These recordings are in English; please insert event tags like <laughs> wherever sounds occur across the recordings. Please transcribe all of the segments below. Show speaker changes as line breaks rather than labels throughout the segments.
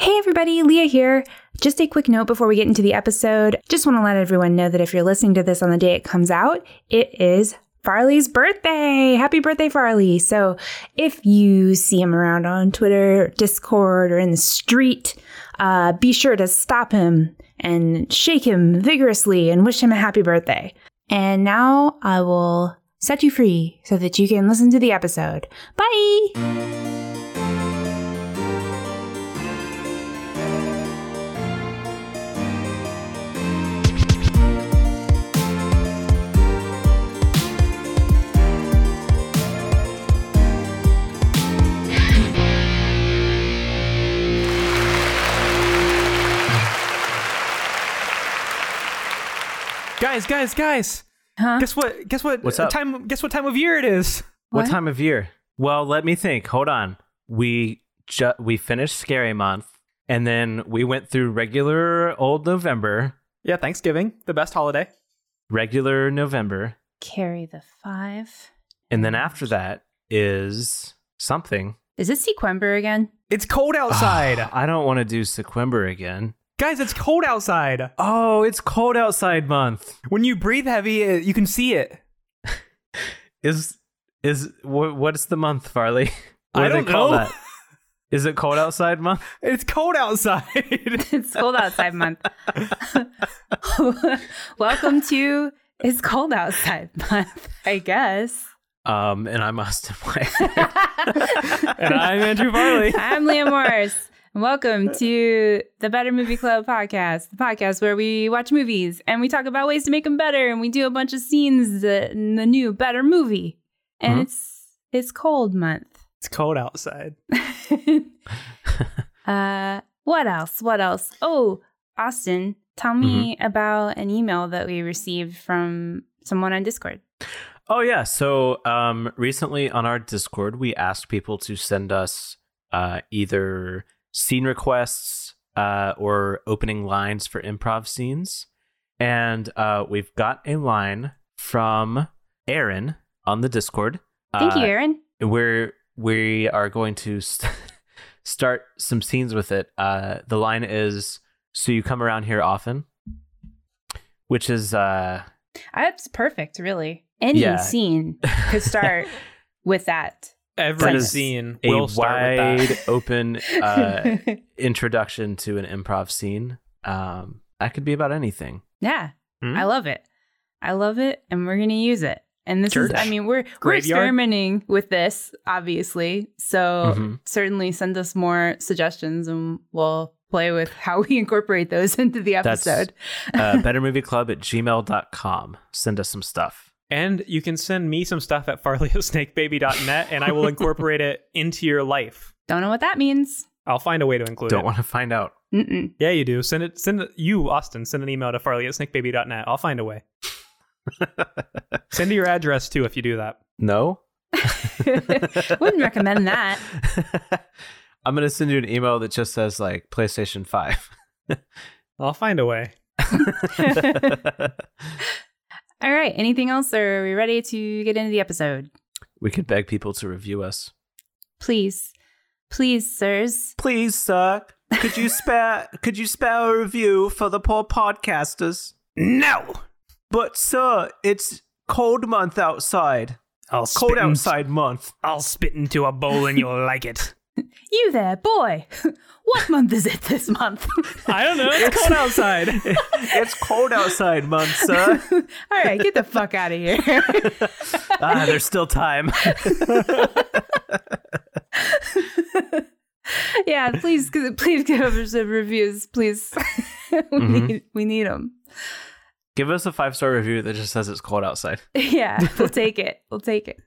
Hey everybody, Leah here. Just a quick note before we get into the episode. Just want to let everyone know that if you're listening to this on the day it comes out, it is Farley's birthday. Happy birthday, Farley. So if you see him around on Twitter, Discord, or in the street, uh, be sure to stop him and shake him vigorously and wish him a happy birthday. And now I will set you free so that you can listen to the episode. Bye!
Guys, guys, guys!
Huh?
Guess what? Guess what?
What's up?
Time? Guess what time of year it is?
What?
What?
time of year? Well, let me think. Hold on. We ju- we finished Scary Month, and then we went through regular old November,
Yeah, Thanksgiving, the best holiday.
regular November,
Carry the five.
and then after that is something
Is it Sequember again?
It's cold outside,
<sighs> I don't want to do Sequember again.
guys. It's cold outside.
Oh, it's cold outside month.
When you breathe heavy, uh, you can see it.
Is is wh- what's the month, Farley? <laughs>
I
do they
don't
call
know.
that? Is it cold outside month?
<laughs> It's cold outside. <laughs>
<laughs> It's cold outside month. <laughs> Welcome to It's Cold Outside <laughs> Month, I guess. <laughs>
Um, and I'm Austin White.
<laughs>
<laughs>
and
I'm Andrew Varley.
I'm Leah Morris. And welcome to the Better Movie Club podcast, the podcast where we watch movies and we talk about ways to make them better and we do a bunch of scenes that- in the new better movie. And
Mhm.
it's it's cold month.
it's cold outside.
<laughs> uh, what else? What else? Oh, Austin, tell me
Mm-hmm.
about an email that we received from someone on Discord.
Oh yeah. So um, recently on our Discord, we asked people to send us uh, either scene requests uh, or opening lines for improv scenes, and uh, we've got a line from Aaron on the Discord.
Thank you,
Uh,
Aaron.
we're we are going to st- <laughs> start some scenes with it. Uh, the line is, "So you come around here often," which is uh,
That's perfect, really. Any
Yeah.
scene
<laughs>
could start with that. That
Every
is
scene
a
will start with
wide
that. <laughs>
open uh,
<laughs>
introduction to an improv scene. Um, that could be about anything.
yeah,
Hmm?
I love it. I love it, and we're gonna use it. And this is, I
Church.
mean, we're we're
Graveyard.
experimenting with this, obviously. So
Mm-hmm.
Mhm.
certainly send us more suggestions, and we'll play with how we <laughs> incorporate those into the
That's-
episode.
Uh, bettermovieclub at gmail.com. Send us some stuff.
And you can send me some stuff at farleysnakebaby.net, and
<laughs>
I will incorporate it into your life.
Don't know what that means.
I'll find a way to include
Don't
it.
want to find out.
Mm-mm. <laughs>
yeah, you do. Send it. Send it, you, Austin. Send an email to farley at snakebaby.net. I'll find a <laughs> way. Send your address too if you do that.
No?
Wouldn't recommend that.
<laughs> I'm going to send you an email that just says like PlayStation 5.
I'll find a way.
All right. Anything else? Or are we ready to get into the episode?
<laughs> we could beg people to review us.
Please, please, sirs.
Please, sir, could you spare could you spare a review for the poor podcasters?
No.
But sir, it's cold month outside.
I'll
Cold outside month.
I'll spit into a bowl and you'll like it.
You there, boy. <laughs> What month is it this month?
<laughs>
<laughs>
I don't know. It's cold outside.
<laughs> It's cold outside month, sir.
<laughs> All right, get the fuck out of here. <laughs>
ah, there's still time. <laughs>
yeah, please, please give us some reviews, please. <laughs> we,
Mhm.
need, we need them.
Give us a five star review that just says it's cold outside.
<laughs> Yeah, we'll take it. We'll take it.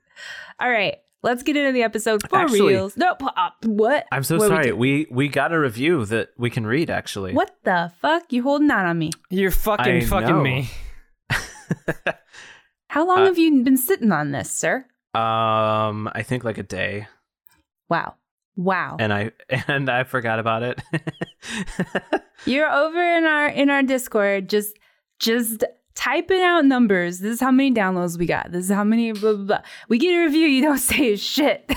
All right, let's get into the episode for
Actually-
reals. No, p- uh, what?
I'm so
What we
sorry.
do-
We, we got a review that we can read actually.
What the fuck? You holding out on me?
<laughs> You're fucking
I
fucking
know.
me.
How long
Uh,
have you been sitting on this, sir?
Um, I think like a day,
Wow. Wow.
and I <laughs> and I forgot about it. <laughs>
You're over in our in our Discord just just typing out numbers. This is how many downloads we got. This is how many blah blah. blah. We get a review, you don't <laughs> say shit.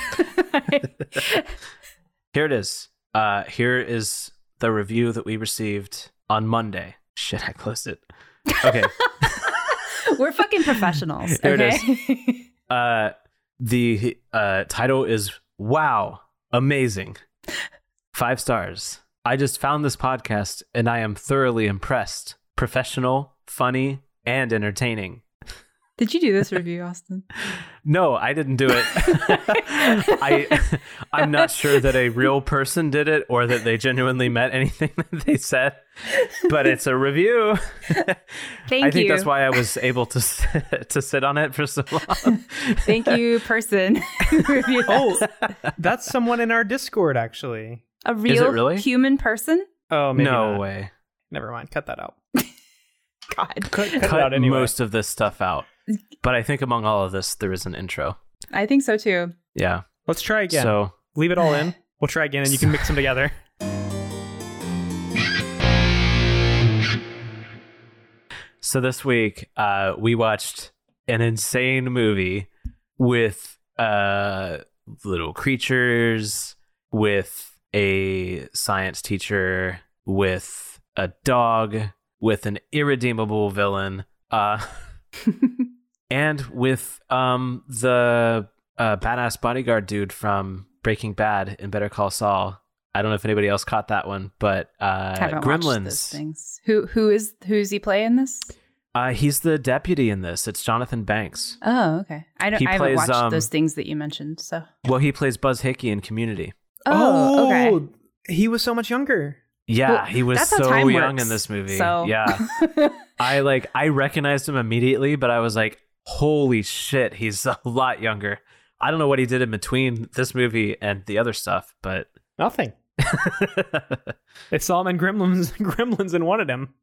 Here it is. Uh, here is the review that we received on Monday. Shit, I closed it. Okay.
We're fucking professionals.
There it
okay?
is.
<laughs>
Uh, the uh, title is Wow, Amazing. Five stars. I just found this podcast and I am thoroughly impressed. Professional, funny, and entertaining.
Did you do this review, Austin?
No, I didn't do it. I, <laughs> I'm not sure that a real person did it or that they genuinely meant anything <laughs> that they said, but it's a review.
Thank
I think
you.
that's why I was able to <laughs> s- to sit on it for so long.
Thank
<laughs>
you, person. <laughs> who reviewed
Oh, <laughs>
us.
that's someone in our Discord, actually.
a real
really?
human person?
Oh, maybe
no
not.
way.
Never mind. Cut that out.
God.
Cut, cut, it
Cut
out anyway.
most of this stuff out. But I think among all of this, there is an intro.
I think so too.
Yeah.
Let's try again.
So
Leave it all in. We'll try again, and you can <sighs> mix them together.
so this week, uh, we watched an insane movie with uh, little creatures, with a science teacher, with a dog, with an irredeemable villain,
<laughs>
uh, and with um, the uh, badass bodyguard dude from Breaking Bad and Better Call Saul. I don't know if anybody else caught that one, but uh,
Haven't watched those
Gremlins.
things. Who who is who's he playing this?
Uh, he's the deputy in this. It's Jonathan Banks.
Oh, okay. I don't.
He
I haven't
plays,
watched
um,
those things that you mentioned. So.
Well, he plays Buzz Hickey in Community.
Oh, okay.
He was so much younger.
Yeah,
Well,
he was
that's how
so
time
young
works,
in this movie.
so- <laughs>
Yeah, I like I recognized him immediately, but I was like, "Holy shit, he's <laughs> a lot younger." I don't know what he did in between this movie and the other stuff, but <laughs>
Nothing. They saw him in Gremlins, <laughs> Gremlins, and wanted him.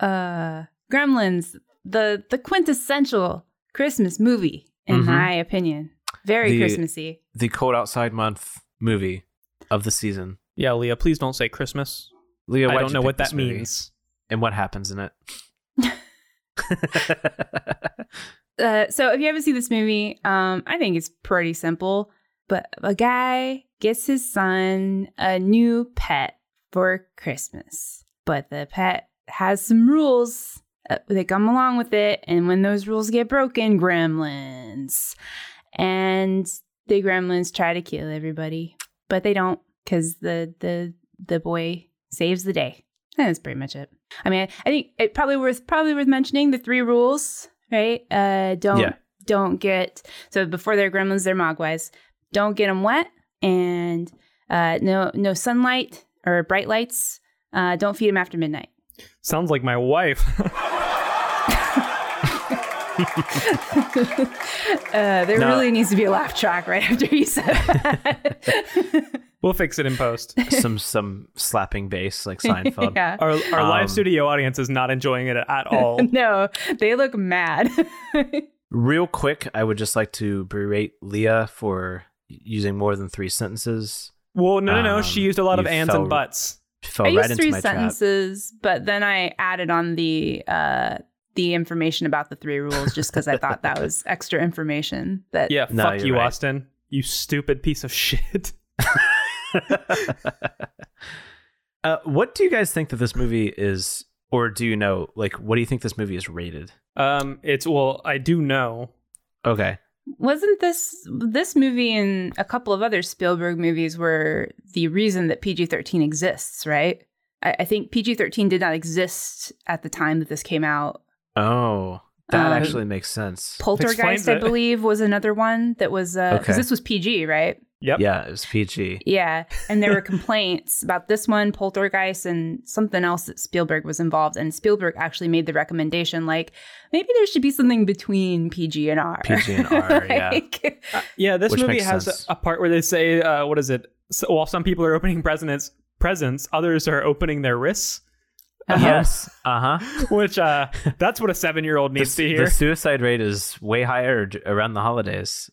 uh, Gremlins, the the quintessential Christmas movie, in
Mhm.
my opinion. Very
The-
Christmassy.
the cold outside month movie of the season.
Yeah, Leah, please don't say Christmas.
Leah,
I
why'd
don't
you
know
pick
what
this
that
movie?
means.
and what
<laughs>
happens in it. <laughs>
Uh, so if you haven't seen this movie, um, I think it's pretty simple. But a guy gets his son a new pet for Christmas, but the pet has some rules uh, that come along with it, and when those rules get broken, gremlins, and the gremlins try to kill everybody, but they don't because the the the boy saves the day. And that's pretty much it. I mean, I think it probably worth probably worth mentioning the three rules, right? Uh, don't
Yeah.
don't get so before they're gremlins, they're mogwais. Don't get them wet, and uh, no no sunlight or bright lights. Uh, don't feed them after midnight.
Sounds like my wife. <laughs>
uh, there
No.
really needs to be a laugh track right after you
<laughs>
said that.
we'll fix it in post.
some some slapping bass like Seinfeld.
<laughs> yeah.
Our,
<laughs>
our
Um,
live studio audience is not enjoying it at
<laughs>
all.
No, they look mad. <laughs>
Oh, Real quick, I would just like to berate Leah for using more than three sentences.
Well, no, no, no.
Um,
she used a lot of
you
ands
fell-
and buts.
She fell
I
right
used
into
three
my
sentences, but then I added on the uh, the information about the three rules just because I thought that
<laughs>
was extra information. That
Yeah,
No,
fuck
you're
you,
right.
Austin. You stupid piece of <laughs> shit.
trap. <laughs> uh, what do you guys think that this movie is, or do you know? Like, what do you think this movie is rated?
Um, it's well, I do know.
Okay,
wasn't this this movie and a couple of other Spielberg movies were the reason that PG thirteen exists, right? I, I think PG thirteen did not exist at the time that this came out.
oh, that
Um,
actually makes sense.
Poltergeist,
explains
I
it.
believe, was another one that was because
Okay.
this was PG, right?
Yep.
Yeah, it was PG.
Yeah, and there were <laughs> complaints about this one, Poltergeist, and something else that Spielberg was involved. And Spielberg actually made the recommendation, like maybe there should be something between PG and R.
PG and
<laughs>
R, yeah.
yeah.
Yeah, this
Which
movie
makes
has
sense.
a, a part where they say, uh, "What is it?" So, while some people are opening presents, presents, others are opening their wrists. <laughs>
Uh-huh.
Yes. Uh huh.
Which
<laughs>
uh, that's what a seven-year-old needs to hear.
The suicide rate is way higher d- around the holidays.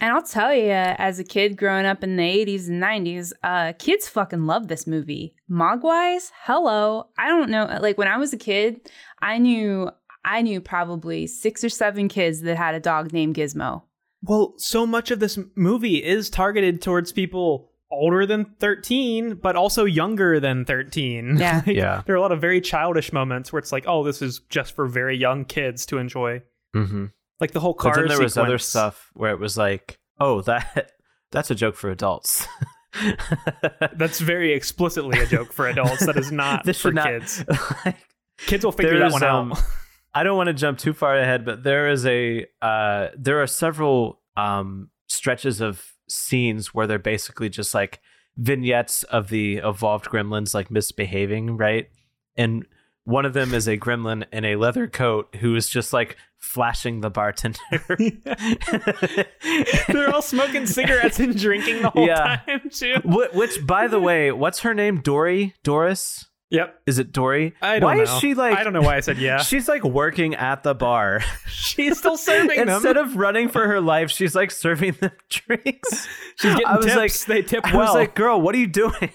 And I'll tell you, as a kid growing up in the 80s and 90s, uh, kids fucking love this movie. Mogwais, hello. I don't know. uh, Like when I was a kid, I knew I knew probably six or seven kids that had a dog named Gizmo.
Well, so much of this movie is targeted towards people older than 13, but also younger than 13.
Yeah.
<laughs> Like,
Yeah.
There are a lot of very childish moments where it's like, oh, this is just for very young kids to enjoy.
Mm-hmm.
Like the whole car
But then there
sequence.
was other stuff where it was like, oh, that <laughs> that's a joke for adults. <laughs>
That's very explicitly a joke for adults. That is
<laughs>
not
This
for
should not-
kids.
like,
Kids will figure that
There's,
one
um, <laughs>
out.
I don't want to jump too far ahead, but there is a uh, there are several um, stretches of scenes where they're basically just like vignettes of the evolved gremlins like misbehaving, right? And one of them is a gremlin in a leather coat who is just like flashing the
<laughs>
bartender.
<laughs>
<laughs>
They're all smoking cigarettes and drinking the whole
Yeah.
time too.
Wh- Which, by the way, what's her name? Dory? Doris?
Yep.
Is it Dory?
I don't
why
know.
is she like?
I don't know why I said
<laughs>
yeah.
She's like working at the bar.
<laughs> She's still serving
Instead
them.
of running for her life, she's like serving them <laughs> drinks.
She's getting
I was
tips. they tip
I
well.
was like, girl, what are you doing? <laughs>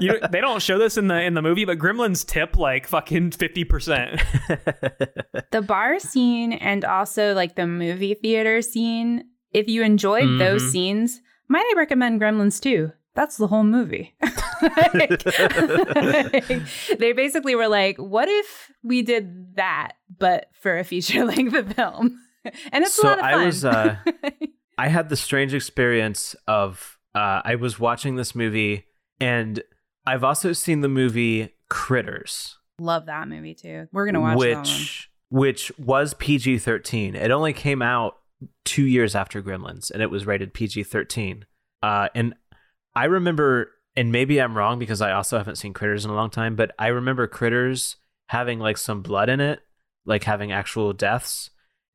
You- they don't show this in the in the movie, but Gremlins tip like fucking fifty percent. <laughs>
the bar scene and also like the movie theater scene. If you enjoyed
Mhm.
those scenes, might I recommend Gremlins too? That's the whole movie. <laughs> Like- <laughs> they basically were like, what if we did that, but for a feature <laughs> length film? And it's
So
a lot of
I
fun.
was, uh, I had the strange experience of uh, I was watching this movie, and I've also seen the movie Critters,
<laughs> Love that movie too. We're gonna watch that one.
which which was PG thirteen. It only came out two years after Gremlins, and it was rated PG thirteen. Uh, and I remember, and maybe I'm wrong because I also haven't seen Critters in a long time, but I remember Critters having like some blood in it, like having actual deaths.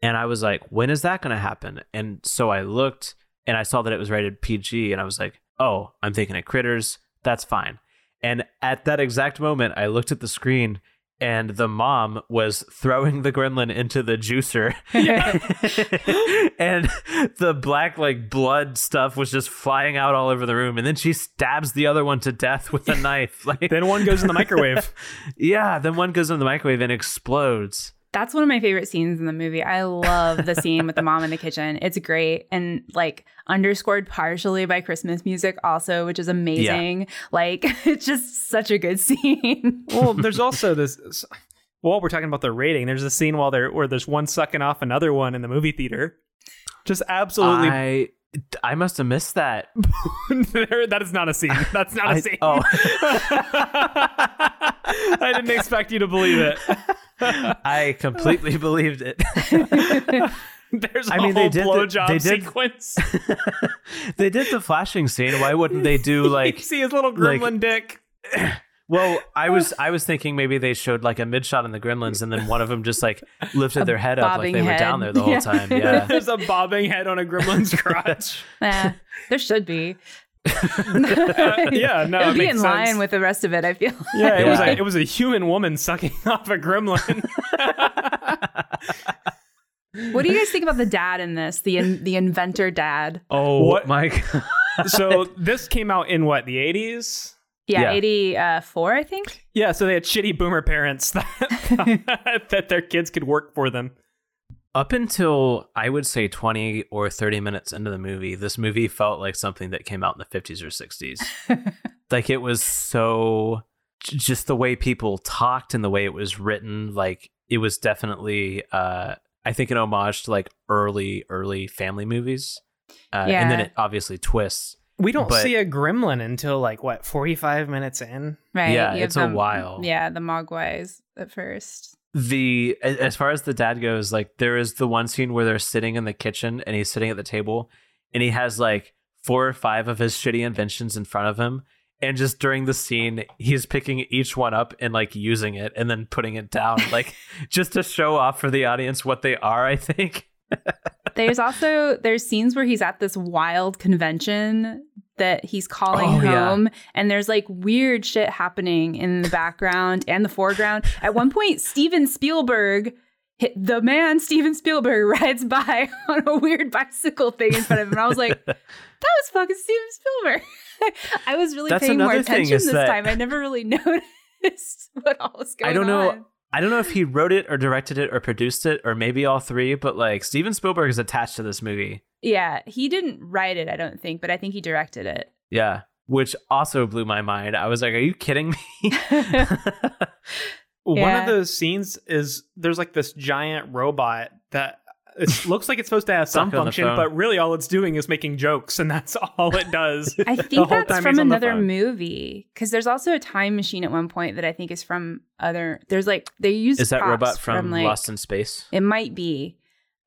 And I was like, when is that going to happen? And so I looked and I saw that it was rated PG, and I was like, oh, I'm thinking of Critters. That's fine. And at that exact moment, I looked at the screen and the mom was throwing the gremlin into
<laughs>
the juicer.
<laughs>
and the black, like, blood stuff was just flying out all over the room. And then she stabs the other one to death with a knife. <laughs> Like,
then one goes in the microwave.
yeah, then one goes in the microwave and explodes.
That's one of my favorite scenes in the movie. I love the scene with the mom in the kitchen. It's great and like underscored partially by Christmas music also, which is amazing. Like <laughs> it's just such a good scene. <laughs>
well, there's also this. While we're talking about the rating, there's a scene while there where there's one sucking off another one in the movie theater. Just absolutely,
I, I must have missed that.
<laughs> There- that is not a scene. That's not a
I-
scene.
oh.
<laughs>
<laughs>
I didn't expect you to believe it. <laughs>
I completely believed it.
There's a
I mean, they
whole
did the-
blowjob
they did-
sequence. <laughs>
they did the flashing scene. Why wouldn't they do
you
like?
see his little
like-
gremlin dick.
Well,
<laughs>
I was I was thinking maybe they showed like a mid shot in the Gremlins, and then one of them just like lifted their head up like
bobbing
they were
head.
down there the whole
Yeah.
time. Yeah.
<laughs>
<laughs> There's a bobbing head on a
<laughs>
gremlin's crotch.
Eh, there should be.
<laughs>
<laughs>
yeah, no,
It'll
it
be
makes
in line
sense.
with the rest of it, I
<laughs>
feel.
Yeah, it was
Yeah.
a, it was a human woman sucking <laughs> off a <laughs> gremlin.
What do you guys think about the dad in this? The in, the inventor dad.
Oh
What-
my <laughs> god.
so this came out in what the 80s.
Yeah,
Yeah.
84, I think.
Yeah, so they had shitty boomer parents <laughs> that, <laughs> that their kids could work for them.
Up until I would say twenty or thirty minutes into the movie, this movie felt like something that came out in the fifties or sixties.
<laughs>
like it was so j- just the way people talked and the way it was written. Like it was definitely uh, I think an homage to like early early family movies. Uh, And then
Yeah.
it obviously twists.
We don't
But-
see a gremlin until like what 45 minutes in.
Right.
Yeah,
you have
it's a while.
Yeah, the Mogwais at first.
the a- as far as the dad goes like there is the one scene where they're sitting in the kitchen and he's sitting at the table and he has like four or five of his shitty inventions in front of him and just during the scene he's picking each one up and like using it and then putting
<laughs>
it down like just to show off for the audience what they are i think
There's also there's scenes where he's at this wild convention that he's calling
Oh, yeah.
home and there's like weird shit happening in the background and the foreground. At one point Steven Spielberg hit- the man Steven Spielberg <laughs> rides by on a weird bicycle thing in front of him. And I was
<laughs>
like, that was fucking Steven Spielberg. <laughs> I was really
That's
paying more
another thing
attention
is
this
that-
time. I never really <laughs> noticed what all was going on.
I don't know- i don't know if he wrote it or directed it or produced it or maybe all three but like steven spielberg is attached to this movie
Yeah, he didn't write it, I don't think, but I think he directed it.
Yeah. Which also blew my mind. I was like, are you kidding me?
<laughs>
One
Yeah.
of those scenes is there's like this giant robot that <laughs> it looks like it's supposed to have some
Stuck on the
function,
phone.
but really all it's doing is making jokes, and that's <laughs> all it does.
<laughs>
I
whole
think
time
that's
he's
from
on the
another
phone.
movie because there's also a time machine at one point that I think is from other. There's like they use
Is that
props
robot from,
like
Lost in Space?
it might be.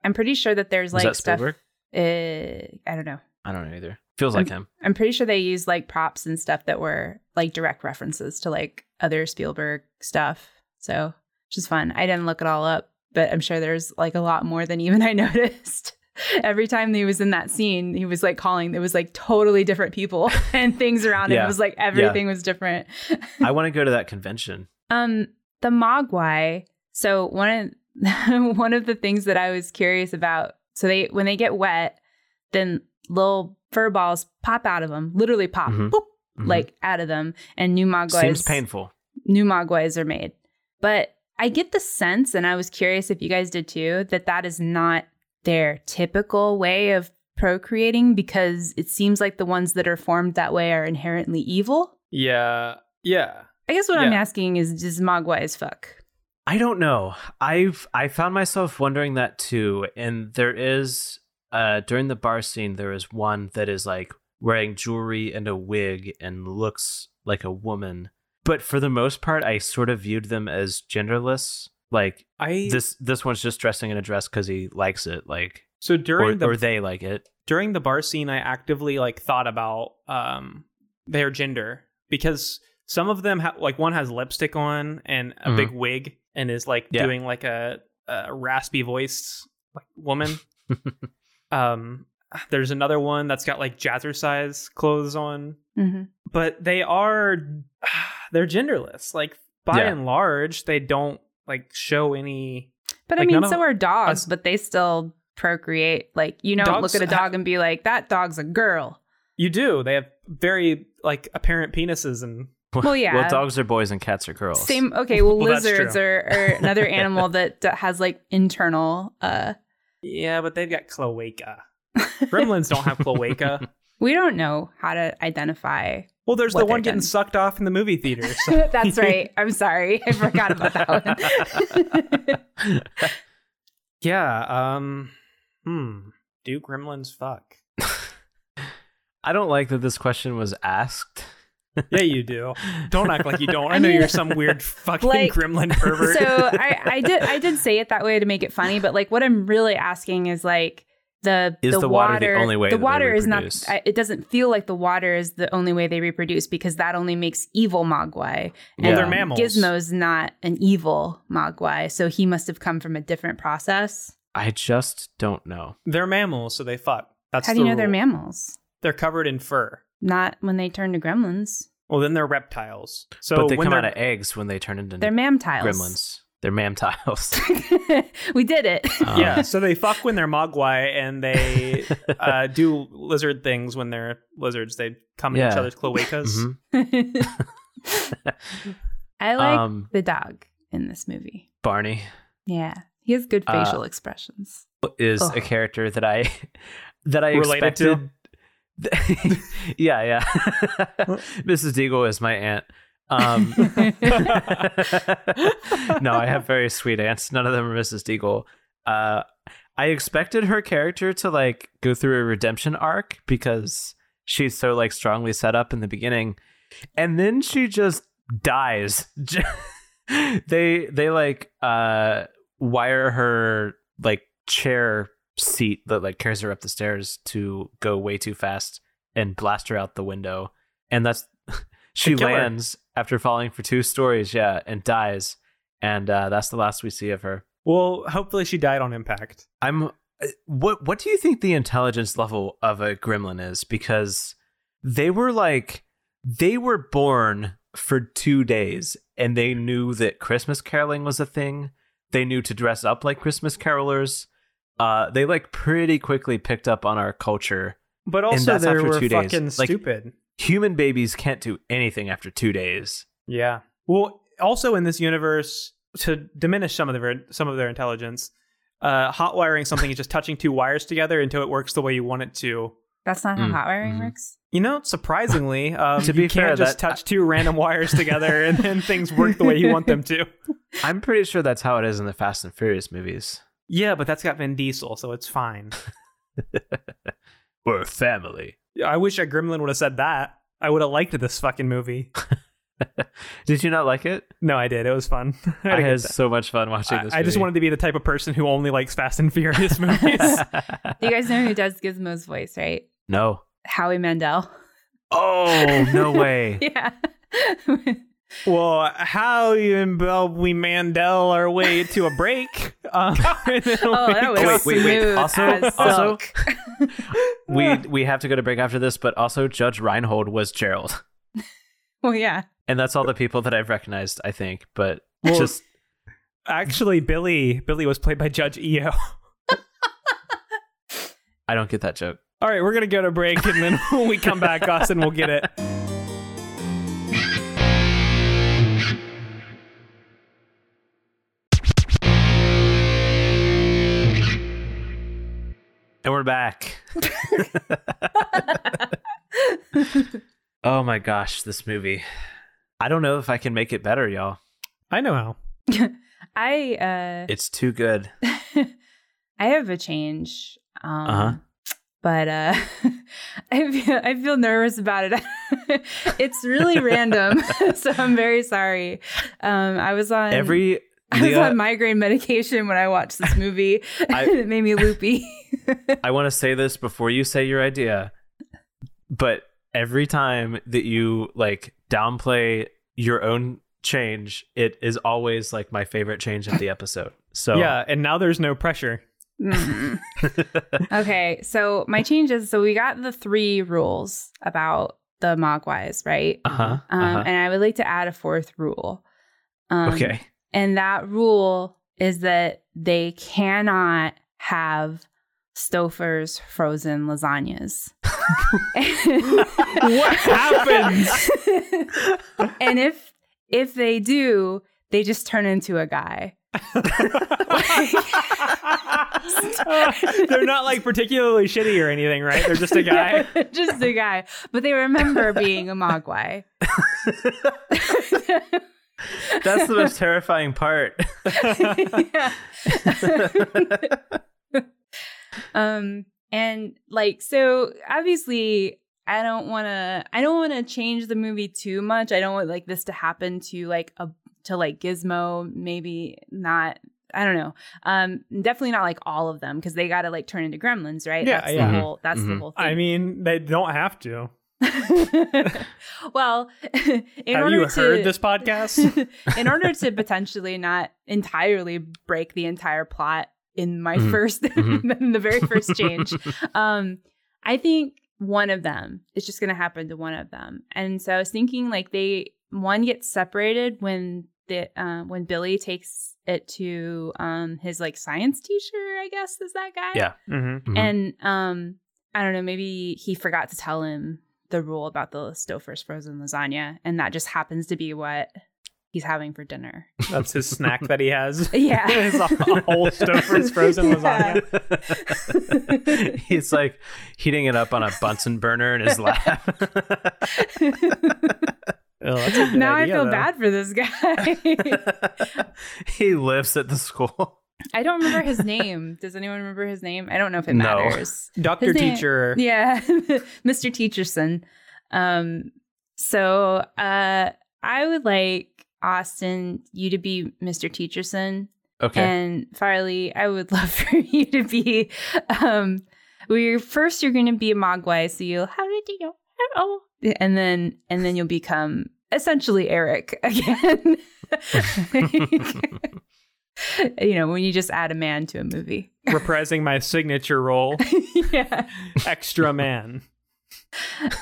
I'm pretty sure that there's
Is
like
that
stuff.
Spielberg?
Uh, I don't know.
I don't know either. Feels
<laughs>
like him.
I'm pretty sure they used like props and stuff that were like direct references to like other Spielberg stuff. So which is fun. I didn't look it all up, but I'm sure there's like a lot more than even <laughs> I noticed. Every time he was in that scene, he was like calling. It was like totally different people <laughs> and things around him.
Yeah.
It was like everything was different. <laughs>
I want to go to that convention.
Um, the Mogwai. So one of <laughs> one of the things that I was curious about. So they when they get wet, then little fur balls pop out of them. Literally pop,
Mhm.
boop,
Mhm.
like out of them. And new Mogwais,
seems painful.
new Mogwais are made. But I get the sense, and I was curious if you guys did too, that that is not their typical way of procreating because it seems like the ones that are formed that way are inherently evil.
<laughs> yeah, yeah.
I guess what I'm
Yeah.
asking is, does Mogwai as fuck?
I don't know. I've I found myself wondering that too. And there is uh during the bar scene there is one that is like wearing jewelry and a wig and looks like a woman. But for the most part I sort of viewed them as genderless. Like
I
this this one's just dressing in a dress cuz he likes it like
so
or,
during the
or they like it. <laughs>
during the bar scene i actively like thought about um their gender because some of them ha- like one has lipstick on and a
Mhm.
big wig and is like
Yeah.
doing like a, a raspy voiced like
<laughs>
woman um there's another one that's got like jazzercise clothes on
Mm-hmm.
but they are <sighs> they're genderless like by
Yeah.
and large they don't like show any
But I
Like,
mean,
none of
so are dogs,
us-
but they still procreate. Like you don't
Dogs
look at a
ha-
dog and be like, "That dog's a girl."
you do they have very like apparent penises and
Well, yeah.
Well, dogs are boys and cats are girls.
<laughs>
<laughs>
Same. Okay. Well,
Well, that's
lizards
true.
are,
<laughs>
are another animal that that has like internal. uh <laughs>
Yeah, but they've got cloaca. Gremlins don't
<laughs>
have cloaca.
We don't know how to
<laughs>
identify. <laughs>
Well, there's
What
the one
they're
getting
done.
sucked off in the movie theater.
<laughs>
So.
That's right. I'm sorry, I forgot about
<laughs>
that one.
yeah. Um. Hmm. Do gremlins fuck?
I don't like that this question was asked.
Yeah, you do. Don't act like you don't. I, know
mean,
you're some
<laughs>
weird fucking
like-
gremlin pervert.
so
<laughs>
I, I did I did say it that way to make it funny, but like what I'm really asking is like the
Is the water the only way
the
that they
water is not
reproduce?
I- it doesn't feel like the water is the only way they reproduce because that only makes evil mogwai.
Well, they're
And
mammals.
Gizmo's not an evil mogwai, so he must have come from a different process.
I just don't know.
they're mammals, so they fuck. That's
How do you
the
know they're
rule.
mammals?
They're covered in fur.
Not when they turn to gremlins.
Well, then they're reptiles. So
but they
when
come out
they're-
of eggs when they turn into
They're mamtiles.
gremlins. They're mamtiles.
Gremlins. <laughs> we did it.
Um, <laughs>
yeah, so they fuck when they're mogwai, and they <laughs> uh, do lizard things when they're lizards. They come in each
Yeah.
other's cloacas.
Mhm.
<laughs> I like
Um,
the dog in this movie.
Barney
Yeah. He has good
Uh,
facial expressions.
is
Ugh.
a character that I <laughs> that I
Related to?
expected. <laughs> yeah, yeah. <laughs> Mrs. Deagle is my aunt. Um, <laughs> no, I have very sweet aunts. None of them are Mrs. Deagle. Uh, I expected her character to like go through a redemption arc because she's so like strongly set up in the beginning, and then she just dies. <laughs> they they like uh wire her like chair seat that like carries her up the stairs to go way too fast and blast her out the window, and that's <laughs> she
To kill her.
lands after falling for two stories, yeah, and dies, and uh, that's the last we see of her.
Well, hopefully she died on impact.
I'm uh, what what do you think the intelligence level of a gremlin is because they were like they were born for 2 days and they knew that Christmas caroling was a thing. They knew to dress up like Christmas carolers. Uh they like pretty quickly picked up on our culture.
But also
that's
they
after
were
two days.
fucking
Like-
stupid.
Human babies can't do anything after 2 days.
Yeah. Well, also in this universe, to diminish some of their some of their intelligence, uh, hot wiring something is just touching two wires together until it works the way you want it to,
That's not how
Mm,
hot wiring
mhm.
works.
You know,
<laughs>
surprisingly, um,
To be
you can't
fair,
just
that-
touch two random wires together and
<laughs>
then things work the way you want them to.
I'm pretty sure that's how it is in the Fast and Furious movies.
Yeah, but that's got Vin Diesel, so it's fine.
We're a family.
Yeah, <laughs> I wish a gremlin would have said that. I would have liked this fucking movie.
Did you not like it?
No, I did. It was fun. <laughs> I,
I
had a
had
good
so much fun
time.
watching this.
I, I just
movie.
wanted to be the type of person who only likes Fast
<laughs>
and Furious movies.
You guys know who does Gizmo's voice, right?
no.
Howie Mandel. <laughs>
Oh no way.
Yeah. <laughs>
well, how you and Bobby Mandel our way to a break. Um, <laughs> and then
Oh,
we-
that was
wait, wait, wait.
smooth
Also-
as
also-
silk.
<laughs> we we have to go to break after this, but also Judge Reinhold was Gerald,
well, yeah.
and that's all the people that I've recognized. I think, but
Well-
just
actually Billy. Billy was played by Judge Eo. <laughs>
I don't get that joke.
All right, we're gonna go to break, and then <laughs> when we come back, Austin will get it.
And we're back. <laughs> oh my gosh, this movie. I don't know if I can make it better, y'all.
I know how.
I uh
It's too good.
I have a change. Um,
Uh-huh.
But uh, <laughs> I feel I feel nervous about it. <laughs> it's really random, <laughs> so I'm very sorry. Um, I was on
Every
<laughs> I was
Leah,
on migraine medication when I watched this movie.
I-
<laughs> it made me loopy.
I want to say this before you say your idea, but every time that you like downplay your own change, it is always like my favorite change of the episode. So
Yeah, and now there's
<laughs>
no <laughs> pressure.
Mm. okay, so my change is so we got the three rules about the Mogwais, right?
Uh huh.
Um,
uh-huh.
And I would like to add a fourth rule. Um,
okay.
And that rule is that they cannot have Stouffer's frozen lasagnas.
What happens?
<laughs> and if if they do, they just turn into a guy.
They're not like particularly shitty or anything, right? They're
<laughs>
just a guy.
just a guy. But they remember being a Mogwai. <laughs>
That's
<laughs>
the most terrifying part.
Yeah. um and like so obviously i don't want to i don't want to change the movie too much i don't want like this to happen to like a to like gizmo maybe not i don't know um definitely not like all of them because they gotta like turn into gremlins right
Yeah,
that's
yeah.
the whole that's the
Mhm.
whole thing
I mean, they don't have to.
<laughs> well <laughs> in
have
order
you
to
heard this
<laughs>
podcast?
in order to potentially not entirely break the entire plot in my
Mhm.
1st <laughs>
Mhm.
in the very first change um i think one of them is just going to happen to one of them and so i was thinking like they one gets separated when the uh, when billy takes it to um his like science teacher i guess is that guy
Yeah.
Mhm.
Mhm.
and um i don't know maybe he forgot to tell him the rule about the stouffer's frozen lasagna and that just happens to be what he's having for
<laughs>
dinner
That's his snack that he has.
Yeah.
It's
<laughs>
a whole Stouffer's frozen
Yeah.
lasagna.
<laughs> He's like heating it up on a Bunsen burner in his lab.
<laughs>
Oh, that's a good
now
idea,
i feel
though.
bad for this guy
<laughs>
<laughs>
he lives at the school.
i don't remember his name does anyone remember his name i don't know if it
No.
matters
Doctor
His name-
teacher.
yeah <laughs> mr teacherson um so uh i would like austin you to be mr teacherson
Okay.
And Farley, I would <laughs> love for you to be. Um, well, you're, first you're going to be a Mogwai, so you'll how did you know? Oh, and then and then you'll become essentially Eric <laughs>
<laughs>
again. you know, when you just add a man to a movie. <laughs>
Reprising my signature role,
yeah.
extra man.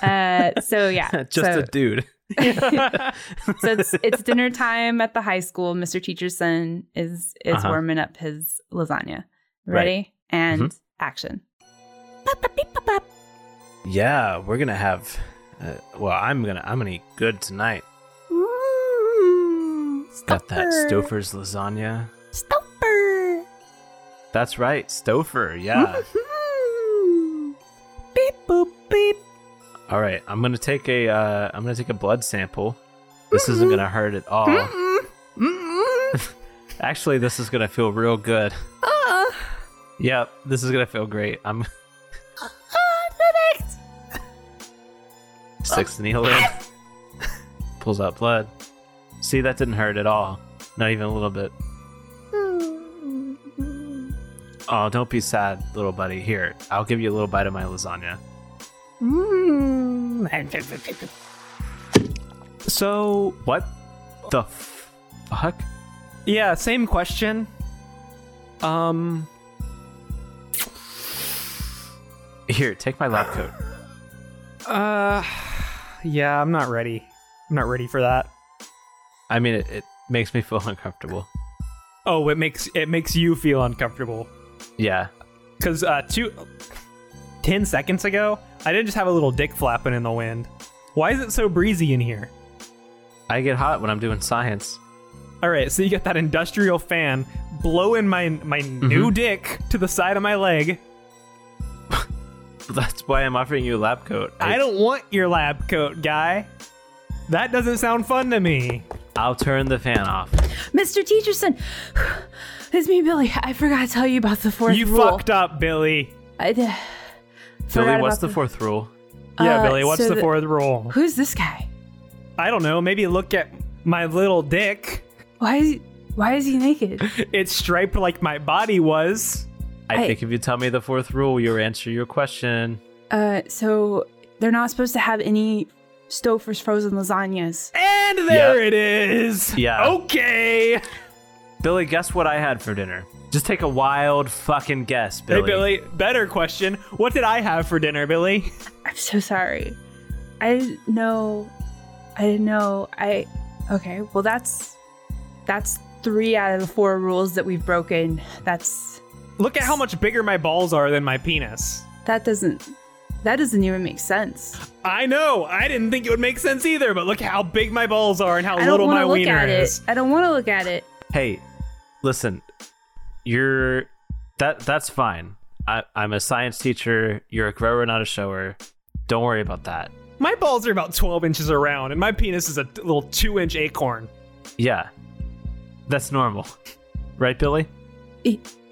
Uh, so yeah.
<laughs>
<laughs>
Just
so,
a dude.
so it's it's dinner time at the high school. Mr. Teacherson is is
Uh-huh.
warming up his lasagna.
Right. Mm-hmm.
Ready and action.
Yeah, we're gonna have. Uh, well, I'm gonna I'm gonna eat good tonight.
Mm-hmm.
Got that Stouffer's lasagna.
Stopper.
That's right, Stouffer. Yeah.
Beep boop
All right, I'm gonna take a uh, I'm gonna take a blood sample. This isn't gonna hurt at all. <laughs> Actually, this is gonna feel real good. Yep, this is gonna feel great. I'm <laughs> sticks the needle in, pulls out blood. See, that didn't hurt at all. Not even a little bit.
Mm-hmm.
Oh, don't be sad, little buddy. Here, I'll give you a little bite of my lasagna. So, what the f- fuck?
Yeah, same question. Um,
Here, take my lab coat.
uh, yeah, I'm not ready. I'm not ready for that.
I mean, it, it makes me feel <laughs> uncomfortable.
Oh, it makes it makes you feel uncomfortable.
Yeah.
Cause uh, two, ten seconds ago, I didn't just have a little dick flapping in the wind. Why is it so breezy in here?
I get hot when I'm doing science. <laughs>
All right, so you got that industrial fan blowing my my new dick to the side of my leg.
That's why I'm offering you a lab coat.
I don't want your lab coat, guy. That doesn't sound fun to me.
I'll turn the fan off.
Mr. Teacherson, <sighs> it's me, Billy. I forgot to tell you about the fourth
you
rule.
fucked up, Billy.
I, d-
Billy,
forgot
what's
about
the fourth rule?
Yeah,
Uh,
Billy, what's
so
the
the-
fourth rule?
Who's this guy?
I don't know. Maybe look at my little dick.
Why is he, why is he naked?
It's striped like my body was.
I
I-
think if you tell me the fourth rule, you'll answer your question.
Uh, so they're not supposed to have any Stouffer's frozen lasagnas. <laughs>
And there it is.
Yeah.
Okay.
Billy, guess what I had for dinner? Just take a wild fucking guess, Billy.
Hey, Billy, better question. What did I have for dinner, Billy?
I'm so sorry. I didn't know. I didn't know. I okay. Well, that's that's three out of the four rules that we've broken. That's
Look at how much bigger my balls are than my penis.
that doesn't that doesn't even make sense.
I know. I didn't think it would make sense either, but look how big my balls are and how
I
little
don't want
my
to look
wiener
at
is.
it. I don't want to look at it.
Hey, listen, you're that that's fine. I, I'm a science teacher. You're a grower, not a shower. Don't worry about that.
My balls are about 12 inches around, and my penis is a t- little two inch acorn.
Yeah, that's normal, <laughs> right, Billy?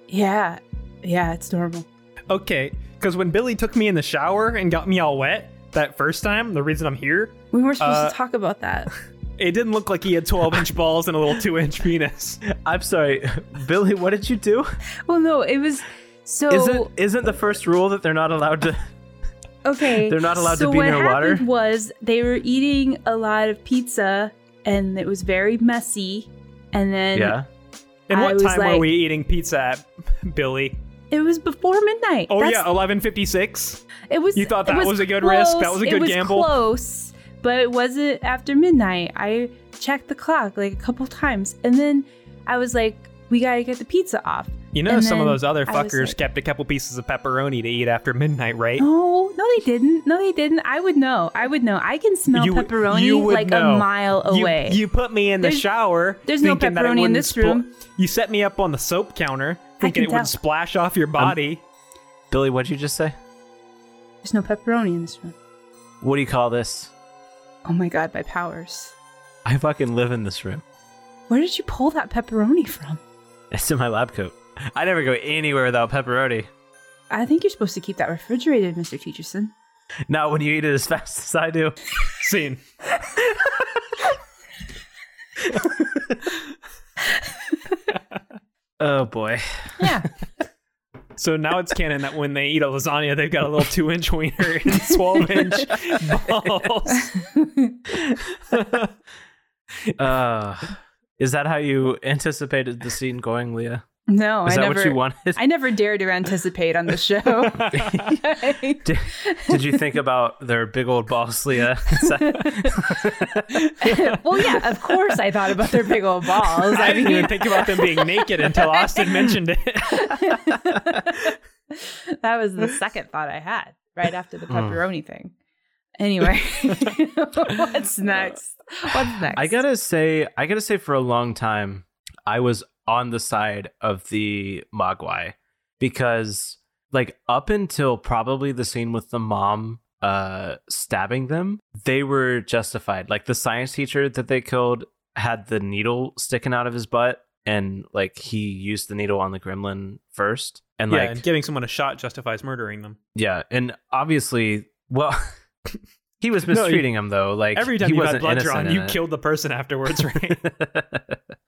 Yeah, yeah, it's normal.
Okay, because when Billy took me in the shower and got me all wet that first time, the reason I'm here,
We weren't supposed
Uh,
to talk about that.
it didn't look like he had
<laughs>
12 inch balls and a little two inch penis.
<laughs> I'm sorry, <laughs> Billy. What did you do?
Well, no, it was so.
Isn't isn't the first rule that they're not allowed to?
Okay.
They're not allowed to be
what
near water?
happened Was they were eating a lot of pizza and it was very messy. <laughs> And then
yeah.
And
I
what
was
time were
like-
we eating pizza at, Billy?
it was before midnight.
Oh,
That's-
yeah, 1156.
It was.
You thought
it
that was a good risk? That was a
It
good gamble?
Close, but it wasn't after midnight. I checked the clock like a couple times, and then I was like, "We gotta get the pizza off."
You know,
And
some of
then
those other
I was
fuckers
like-
kept a couple pieces of pepperoni to eat after midnight, right?
No, no, they didn't. No, they didn't. I would know. I would know. I can smell
You would-
pepperoni
you would
like
know.
a mile
You-
away.
You, put me in the
There's-
shower.
there's no
thinking that it
pepperoni in
wouldn't
this
spl-
room.
You set me up on the soap counter
can
thinking it
tell.
would splash off your body.
Billy, what'd you just say?
There's no pepperoni in this room.
What do you call this?
Oh my god, my powers.
I fucking live in this room.
Where did you pull that pepperoni from?
It's in my lab coat. I never go anywhere without pepperoni.
I think you're supposed to keep that refrigerated, Mr. Teacherson.
Not when you eat it as fast as I do.
Scene.
Oh boy.
Yeah.
So now it's canon that when they eat a lasagna, they've got a little two inch wiener
<laughs>
and 12 inch balls.
Uh, is that how you anticipated the scene going, Leah?
<laughs> no,
Is
I
that
never
what you wanted?
I never dare to anticipate on the
<laughs>
show. <laughs>
did, <laughs> did you think about their big old
<laughs>
balls, Leah? Is that-
well, yeah, of course I thought about their big old balls.
I
I
didn't even
mean,
think about them being naked until Austin mentioned it.
<laughs> that was the second thought I had right after
Hmm.
the pepperoni thing. Anyway, <laughs> what's next? What's next?
I gotta say, I gotta say, for a long time, I was on the side of the Mogwai because, like, up until probably the scene with the mom uh, stabbing them, they were justified. Like the science teacher that they killed had the needle sticking out of his butt, and like he used the needle on the gremlin first, <laughs> and
yeah,
like
and giving someone a shot justifies murdering them.
yeah, and obviously, well, <laughs> he was
<laughs> No, you-
mistreating him though. Like
Every time
he
you had
wasn't
blood
innocent
drawn,
in
you
it.
killed the person afterwards, <laughs> right?
<laughs>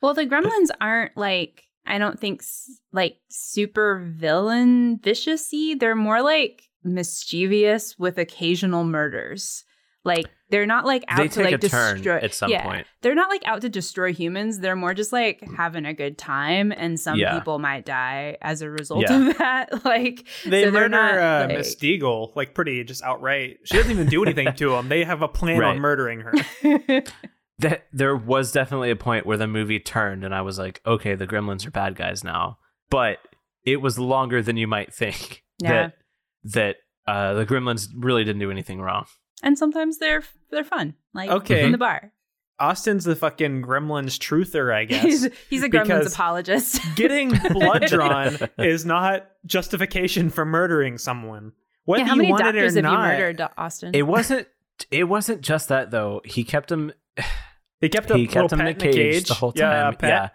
Well, the gremlins aren't like I don't think s- like super villain viciousy. They're more like mischievous with occasional murders. Like they're not like out
they
to
take
like
a turn
destroy
at some
yeah,
point.
They're not like out to destroy humans. They're more just like having a good time and some
Yeah.
people might die as a result
Yeah.
of <laughs> that. like
they
So they're
murder
not,
uh,
like-
Miss Deagle like pretty just outright. She doesn't even do anything to him. They have a plan
Right.
on murdering her.
That there was definitely a point where the movie turned, and I was like, okay, the Gremlins are bad guys now. But it was longer than you might think
Yeah.
that that uh, the Gremlins really didn't do anything wrong.
<laughs> and sometimes they're they're fun. Like
Okay.
in the bar.
Austin's the fucking gremlins truther, I
<laughs> he's
guess.
he's a
because-
gremlins apologist.
<laughs>
Getting
<laughs>
blood drawn is not justification for murdering someone. Whether
yeah, how
you
many
want it
doctors
or
have
not,
you murdered, uh, Austin? <laughs>
It wasn't. It wasn't just that though. He kept him.
they kept a
he
little
kept
pet
him in a cage, the whole
Yeah,
time.
a pet.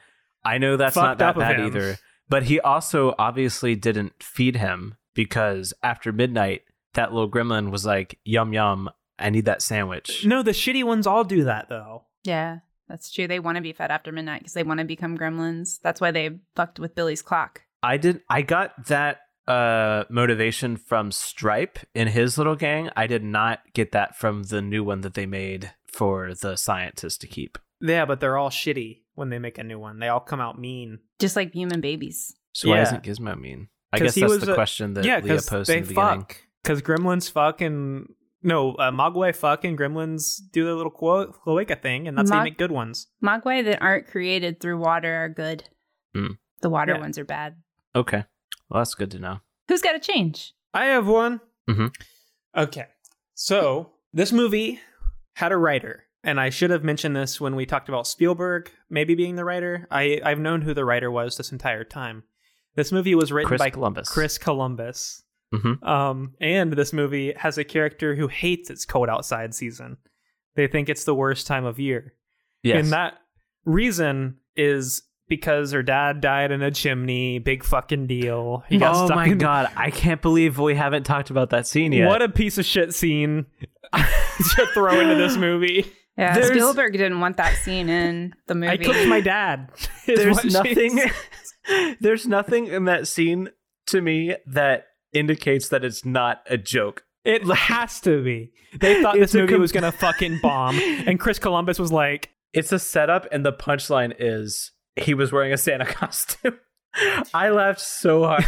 I know that's
Fucked
not that
up of
bad
him.
either. But he also obviously didn't feed him because after midnight, that little gremlin was like, "Yum yum, I need that sandwich."
No, the shitty ones all do that though.
Yeah, that's true. They want to be fed after midnight because they want to become gremlins. That's why they fucked with Billy's clock.
I did. I got that uh motivation from Stripe in his little gang. I did not get that from the new one that they made for the scientist to keep.
Yeah, but they're all shitty when they make a new one. They all come out mean.
Just like human babies.
So why
Yeah.
doesn't Gizmo mean? I
'Cause
guess
he
that's
was
the
a-
question that
yeah,
Leah
because
posed
they
in the beginning.
fuck. Because gremlins fuck and no, uh, Mogwai fuck and gremlins do their little clo- cloaca thing, and that's how
Mog-
you make good ones.
Mogwai that aren't created through water are good.
Hmm.
The water
Yeah.
ones are bad.
Okay, well that's good to know.
Who's got to change?
I have one.
Mhm.
Okay, so this movie had a writer, and I should have mentioned this when we talked about Spielberg maybe being the writer. I I've known who the writer was this entire time. This movie was written
Chris
by
Columbus.
Chris Columbus.
Mhm.
Um, and this movie has a character who hates its cold outside season. They think it's the worst time of year.
Yes.
And that reason is because her dad died in a chimney. Big fucking deal. He got
oh
stuck
my
in-
god! I can't believe we haven't talked about that scene yet.
What a piece of shit scene <laughs> to throw into this movie.
Yeah,
There's-
Spielberg didn't want that scene in the movie.
<laughs> I cooked my dad. is
<laughs> there's
what she
nothing
said.
<laughs> there's nothing in that scene to me that indicates that it's not a joke
It has to be. They thought this
It's a
movie
com-
was gonna fucking bomb, and Chris Columbus was like,
it's a setup and the punchline is he was wearing a santa <laughs> costume i laughed so hard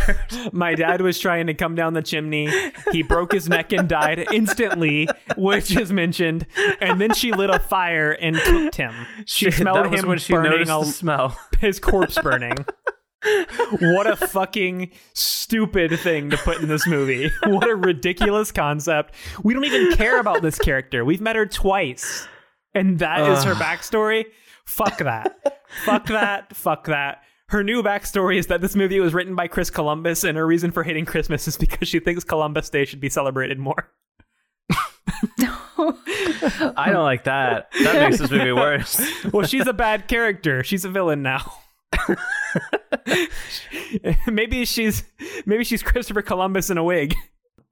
My dad was trying to come down the chimney. He broke his neck and died instantly, which is mentioned. And then she lit a fire and cooked him. <laughs> She
Shit,
smelled
that was
him
when she
burning
noticed
a-
the smell
<laughs> his corpse burning. what a fucking stupid thing to put in this movie. What a ridiculous concept. We don't even care about this character. We've met her twice, and that is her
Ugh.
backstory. Fuck that. Fuck that. Fuck that. Her new backstory is that this movie was written by Chris Columbus, and her reason for hating Christmas is because she thinks Columbus Day should be celebrated more.
i don't like that that makes this movie worse
<laughs> Well, she's a bad character. She's a villain now. <laughs> maybe she's maybe she's Christopher Columbus in a wig.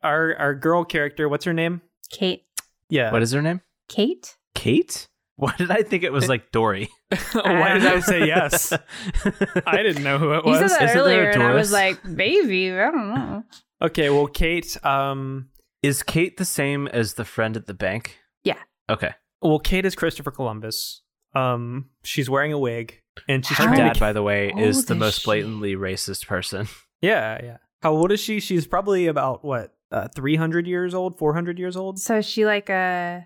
Our our girl character, what's her name?
<laughs> Kate.
Yeah.
what is her name
Kate.
kate why did i think it was like dory
<laughs> Why did I say yes? <laughs> I didn't know who it
You
was.
said that
Isn't there a
earlier, and I was
Doris?
like, "Baby, I don't know."
Okay, well, Kate. Um,
is kate the same as the friend at the bank
Yeah.
okay
well, Kate is Christopher Columbus. Um, she's wearing a wig and she's
her
How
trying
dad
to.
by the way
old
is the
is
most
she?
blatantly racist person
Yeah, yeah. How old is she? She's probably about what, uh, three hundred years old, four hundred years old.
So is she like a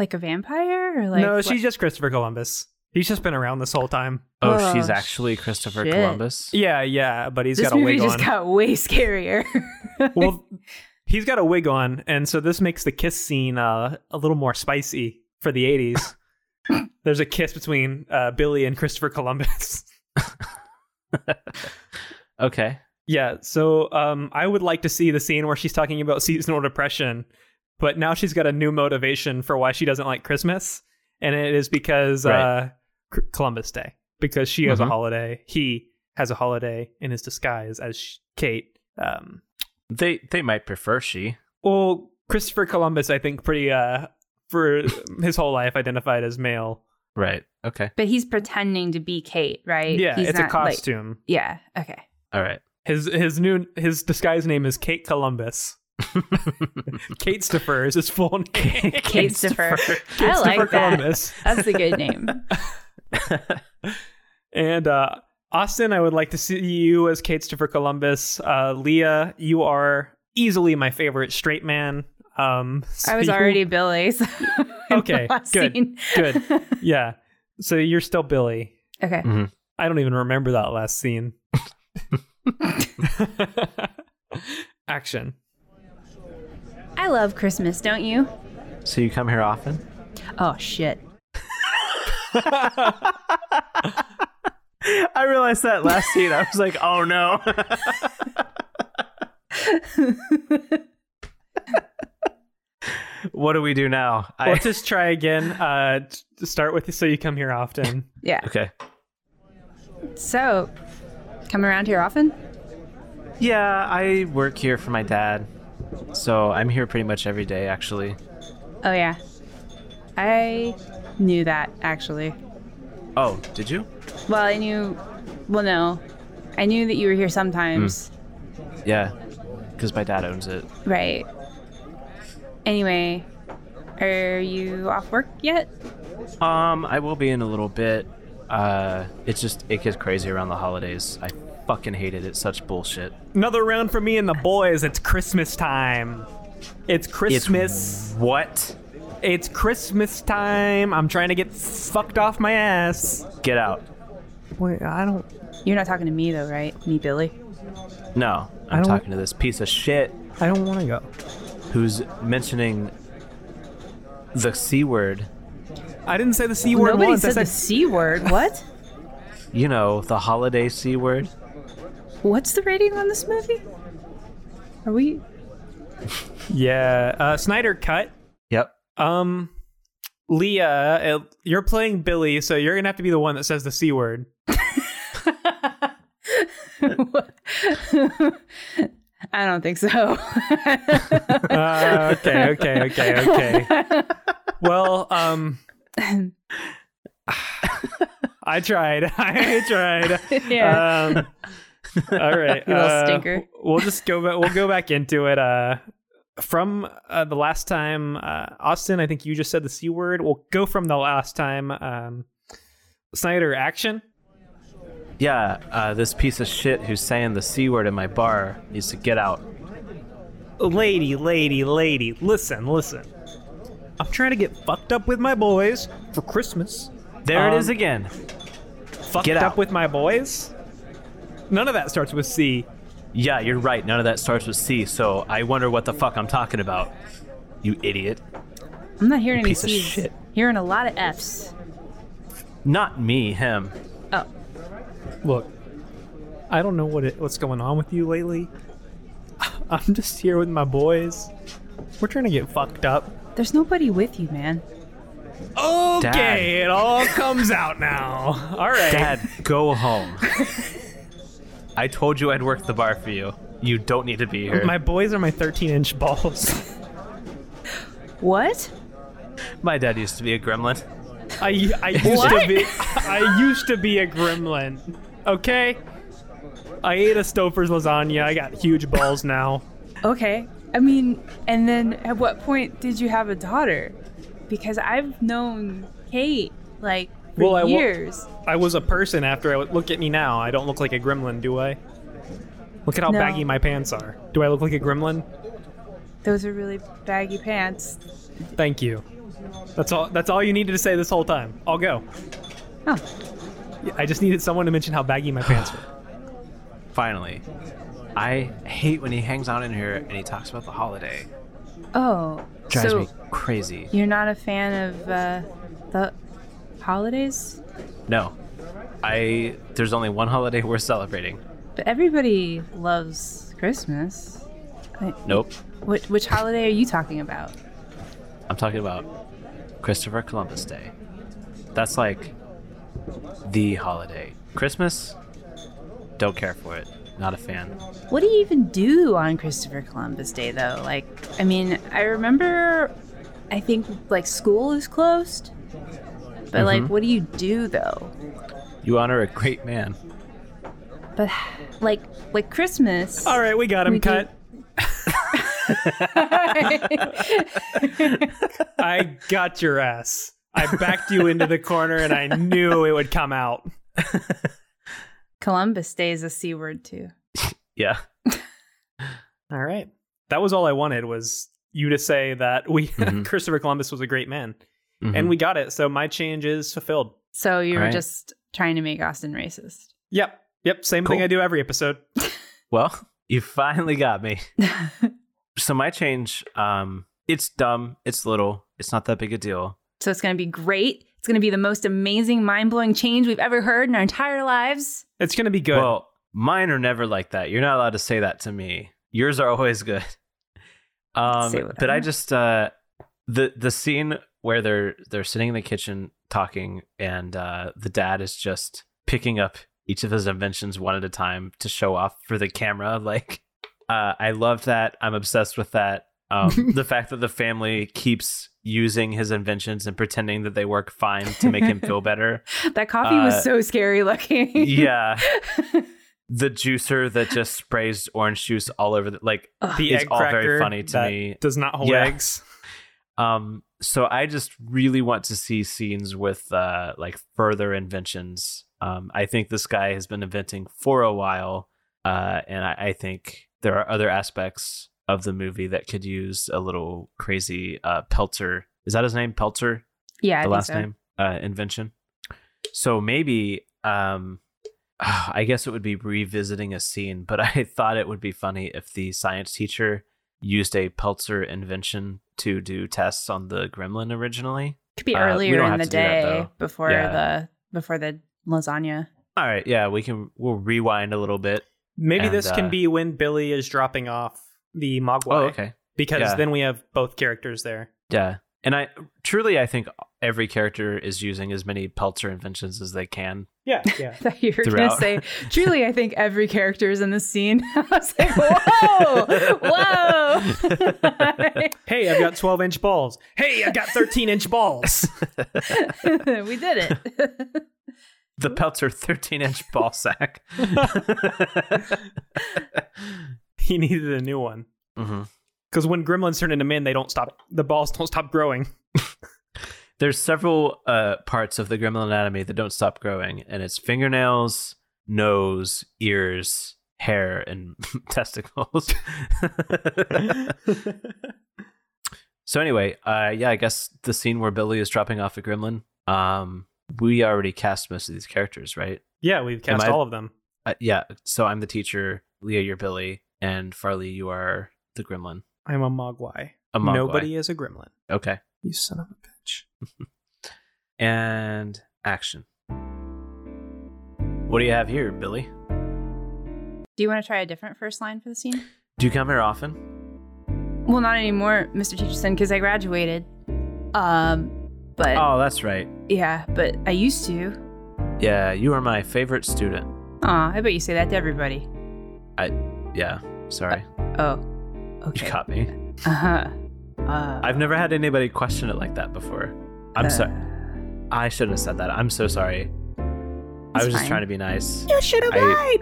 like a vampire or like
no,
what-
she's just Christopher Columbus. He's just been around this whole time.
Oh,
Oh,
she's actually Christopher
shit.
Columbus.
Yeah, yeah, but he's
this
got a
movie
wig
just
on.
got way scarier.
<laughs> well, he's got a wig on, and so this makes the kiss scene uh, a little more spicy for the
<laughs>
'80s. There's a kiss between uh, Billy and Christopher Columbus. <laughs>
Okay.
yeah, so um, I would like to see the scene where she's talking about seasonal depression, but now she's got a new motivation for why she doesn't like Christmas, and it is because
Right.
uh, C- Columbus Day, because she has a
Mhm.
Mm-hmm.
holiday. He has a holiday in his disguise as sh- Kate. Um,
They they might prefer she.
well, Christopher Columbus, I think, pretty uh, for <laughs> his whole life identified as male.
Right. Okay.
<laughs> But he's pretending to be Kate, right?
Yeah,
He's
it's a
not, like-
costume.
yeah. Okay.
All right.
his his new his disguise name is Kate Columbus. Kate Stiffer is his full name. <laughs>
<laughs>
Kate,
Kate Stiffer. <laughs> I like that.
<laughs> Columbus.
That's a good
<laughs>
name.
And uh, Austin, I would like to see you as Kate Stiffer Columbus. Uh, Leah, you are easily my favorite straight man. Um, so
I was
<laughs> you-
already Billy. So <laughs> in
Okay,
the last
good,
scene. <laughs>
good. yeah. So you're still Billy.
okay.
Mm. I don't even remember that last scene. <laughs> Action.
I love Christmas, don't you?
so you come here often?
Oh shit.
I realized that last scene. I was like, oh no. what do we do now? I,
Let's <laughs> just try again. Uh, t- start with so you come here often.
Yeah.
<laughs> okay.
So, come around here often?
Yeah, I work here for my dad. So I'm here pretty much every day, actually.
Oh yeah. I knew that actually.
Oh, did you?
Well, I knew. Well, no, I knew that you were here
Mm.
sometimes.
Yeah, because my dad owns it.
Right. Anyway, are you off work yet?
Um, I will be in a little bit. Uh, it's just it gets crazy around the holidays. I fucking hate it. It's such bullshit.
Another round for me and the boys. It's Christmas time. It's Christmas.
What?
It's, Christmas time. I'm trying to get fucked off my ass.
Get out.
Wait, I don't.
You're not talking to me though, right? Me, Billy.
No,
I
I'm
don't-
talking to this piece of shit
I don't want to go.
who's mentioning the c word.
I didn't say the c word
Nobody
once.
said
I
the
said
c word. What?
You know, the holiday c word.
What's the rating on this movie? Are we? <laughs>
yeah. Uh, Snyder cut.
Yep.
Um, Leah, uh, you're playing Billy, so you're gonna have to be the one that says the c word.
I don't think so. <laughs>
Uh, okay, okay, okay, okay. Well, um, I tried. <laughs> I tried.
yeah.
Um, all right.
You little
uh,
stinker.
We'll just go. Back, we'll go back into it. Uh, from uh, the last time, uh, Austin. I think you just said the c word. We'll go from the last time. Um, Snyder action.
Yeah. Uh, this piece of shit who's saying the c word in my bar needs to get out.
lady, lady, lady, listen, listen. I'm trying to get fucked up with my boys for Christmas.
There it
Um,
is again.
Fucked
Get
up
out.
with my boys. None of that starts with C.
Yeah, you're right. None of that starts with C, so I wonder what the fuck I'm talking about. You idiot.
I'm not hearing any
piece of
C's.
shit.
Hearing a lot of F's.
Not me, him.
Oh,
Look, I don't know what it, what's going on with you lately. <laughs> I'm just here with my boys. We're trying to get fucked up.
there's nobody with you, man.
Okay,
Dad.
it all comes out now. All right.
Dad, go
<laughs>
home. I told you I'd work the bar for you. You don't need to be here.
My boys are my 13 inch balls. <laughs>
What?
My dad used to be a gremlin.
I, I used to
What?
be I used to be a gremlin. Okay. I ate a Stouffer's lasagna. I got huge balls now.
Okay. I mean, and then at what point did you have a daughter? Because I've known Kate like for
Well, I wa-
years.
I was a person after I was. Look at me now. I don't look like a gremlin, do I? Look at how
No.
baggy my pants are. Do I look like a gremlin?
Those are really baggy pants.
Thank you. That's all. That's all you needed to say this whole time. I'll go.
Oh,
I just needed someone to mention how baggy my pants were.
Finally. I hate when he hangs out in here and he talks about the holiday.
oh.
Drives
so
me crazy.
you're not a fan of uh, the holidays?
No. I there's only one holiday we're celebrating.
But everybody loves Christmas.
Nope.
Which, which holiday are you talking about?
I'm talking about Christopher Columbus Day. That's like the holiday. Christmas, don't care for it. Not a fan.
What do you even do on Christopher Columbus Day, though? Like, I mean, I remember, I think, like, school is closed. But, like,
Mm-hmm.
what do you do, though?
You honor a great man.
But, like, like Christmas.
All right, we got him
We do-
cut. I got your ass. I backed you into the corner and I knew it would come out.
<laughs> Columbus Day is a C word, too.
Yeah.
All right. That was all I wanted was you to say that we <laughs>
Mhm.
Christopher Columbus was a great man.
Mhm.
And we got it. So my change is fulfilled.
So you were
Right.
just trying to make Austin racist. <laughs>
Yep. Yep. Same thing
Cool.
I do every episode.
well, <laughs> you finally got me. So my change, um, it's dumb, it's little, it's not that big a deal.
so it's going to be great. It's going to be the most amazing, mind blowing change we've ever heard in our entire lives.
It's gonna be good.
Well, mine are never like that. You're not allowed to say that to me. Yours are always good. <laughs>
Say
Um,
whatever.
but I just uh, the the scene where they're they're sitting in the kitchen talking, and uh, the dad is just picking up each of his inventions one at a time to show off for the camera. <laughs> Like, uh, I love that. I'm obsessed with that. Um, the fact that the family keeps using his inventions and pretending that they work fine to make him feel better.
That coffee
Uh,
was so scary looking.
Yeah the juicer that just sprays orange juice all over the like
the
it's
egg
all very
cracker
funny to
that
me.
does not hold
Yeah.
eggs.
um so i just really want to see scenes with uh like further inventions um i think this guy has been inventing for a while uh and i, I think there are other aspects of the movie that could use a little crazy uh pelter is that his name pelter
<laughs> yeah, I
the
think
last
so.
name uh, invention. So maybe um, <sighs> I guess it would be revisiting a scene, but <laughs> I thought it would be funny if the science teacher used a Peltzer invention to do tests on the gremlin originally.
Could be
Uh, we
earlier
don't
in
have
the
to do that,
day
though.
before
Yeah.
the before the lasagna. <laughs>
All right, yeah, we can we'll rewind a little bit.
Maybe
And,
this
uh,
can be when Billy is dropping off the Mogwai.
Oh, okay.
Because
Yeah.
then we have both characters there.
Yeah. And I truly I think every character is using as many Peltzer inventions as they can.
<laughs> Yeah, yeah.
I thought you were
Throughout.
gonna say, truly, I think every character is in this scene. <laughs> I was
<laughs>
like, whoa,
hey, I've got 12 inch balls. Hey, I've got 13 inch
<laughs>
balls. <laughs>
whoa, <laughs> we did it.
The Peltzer 13-inch ball sack. <laughs> Mm-hmm.
he needed a new one.
Mhm.
Because when gremlins turn into men, they don't stop. The balls don't stop
<laughs>
growing.
there's several uh, parts of the gremlin anatomy that don't stop growing, and it's fingernails, nose, ears, hair, and <laughs> testicles. <laughs> so anyway, uh, yeah, I guess the scene where Billy is dropping off a gremlin. Um, we already cast most of these characters, right?
<laughs> Yeah, we've cast
Am I-
all of them.
Uh, yeah. So I'm the teacher, Leah, you're Billy, and Farley, you are the gremlin.
I'm a mogwai.
A Mogwai.
Nobody is a gremlin.
Okay.
You son of a bitch.
and action. What do you have here, Billy?
Do you want to try a different first line for the scene?
Do you come here often?
Well, not anymore, Mr. Teacherson, because I graduated. Um, but
Oh, that's right.
yeah, but I used to.
Yeah, you are my favorite student.
Aw, I bet you say that to everybody.
Yeah, sorry.
Oh, okay.
You caught me.
Uh huh. Uh,
I've never had anybody question it like that before. I'm sorry. I shouldn't have said that. I'm so sorry. I
It's
was just
fine.
trying to be nice.
You should have
I-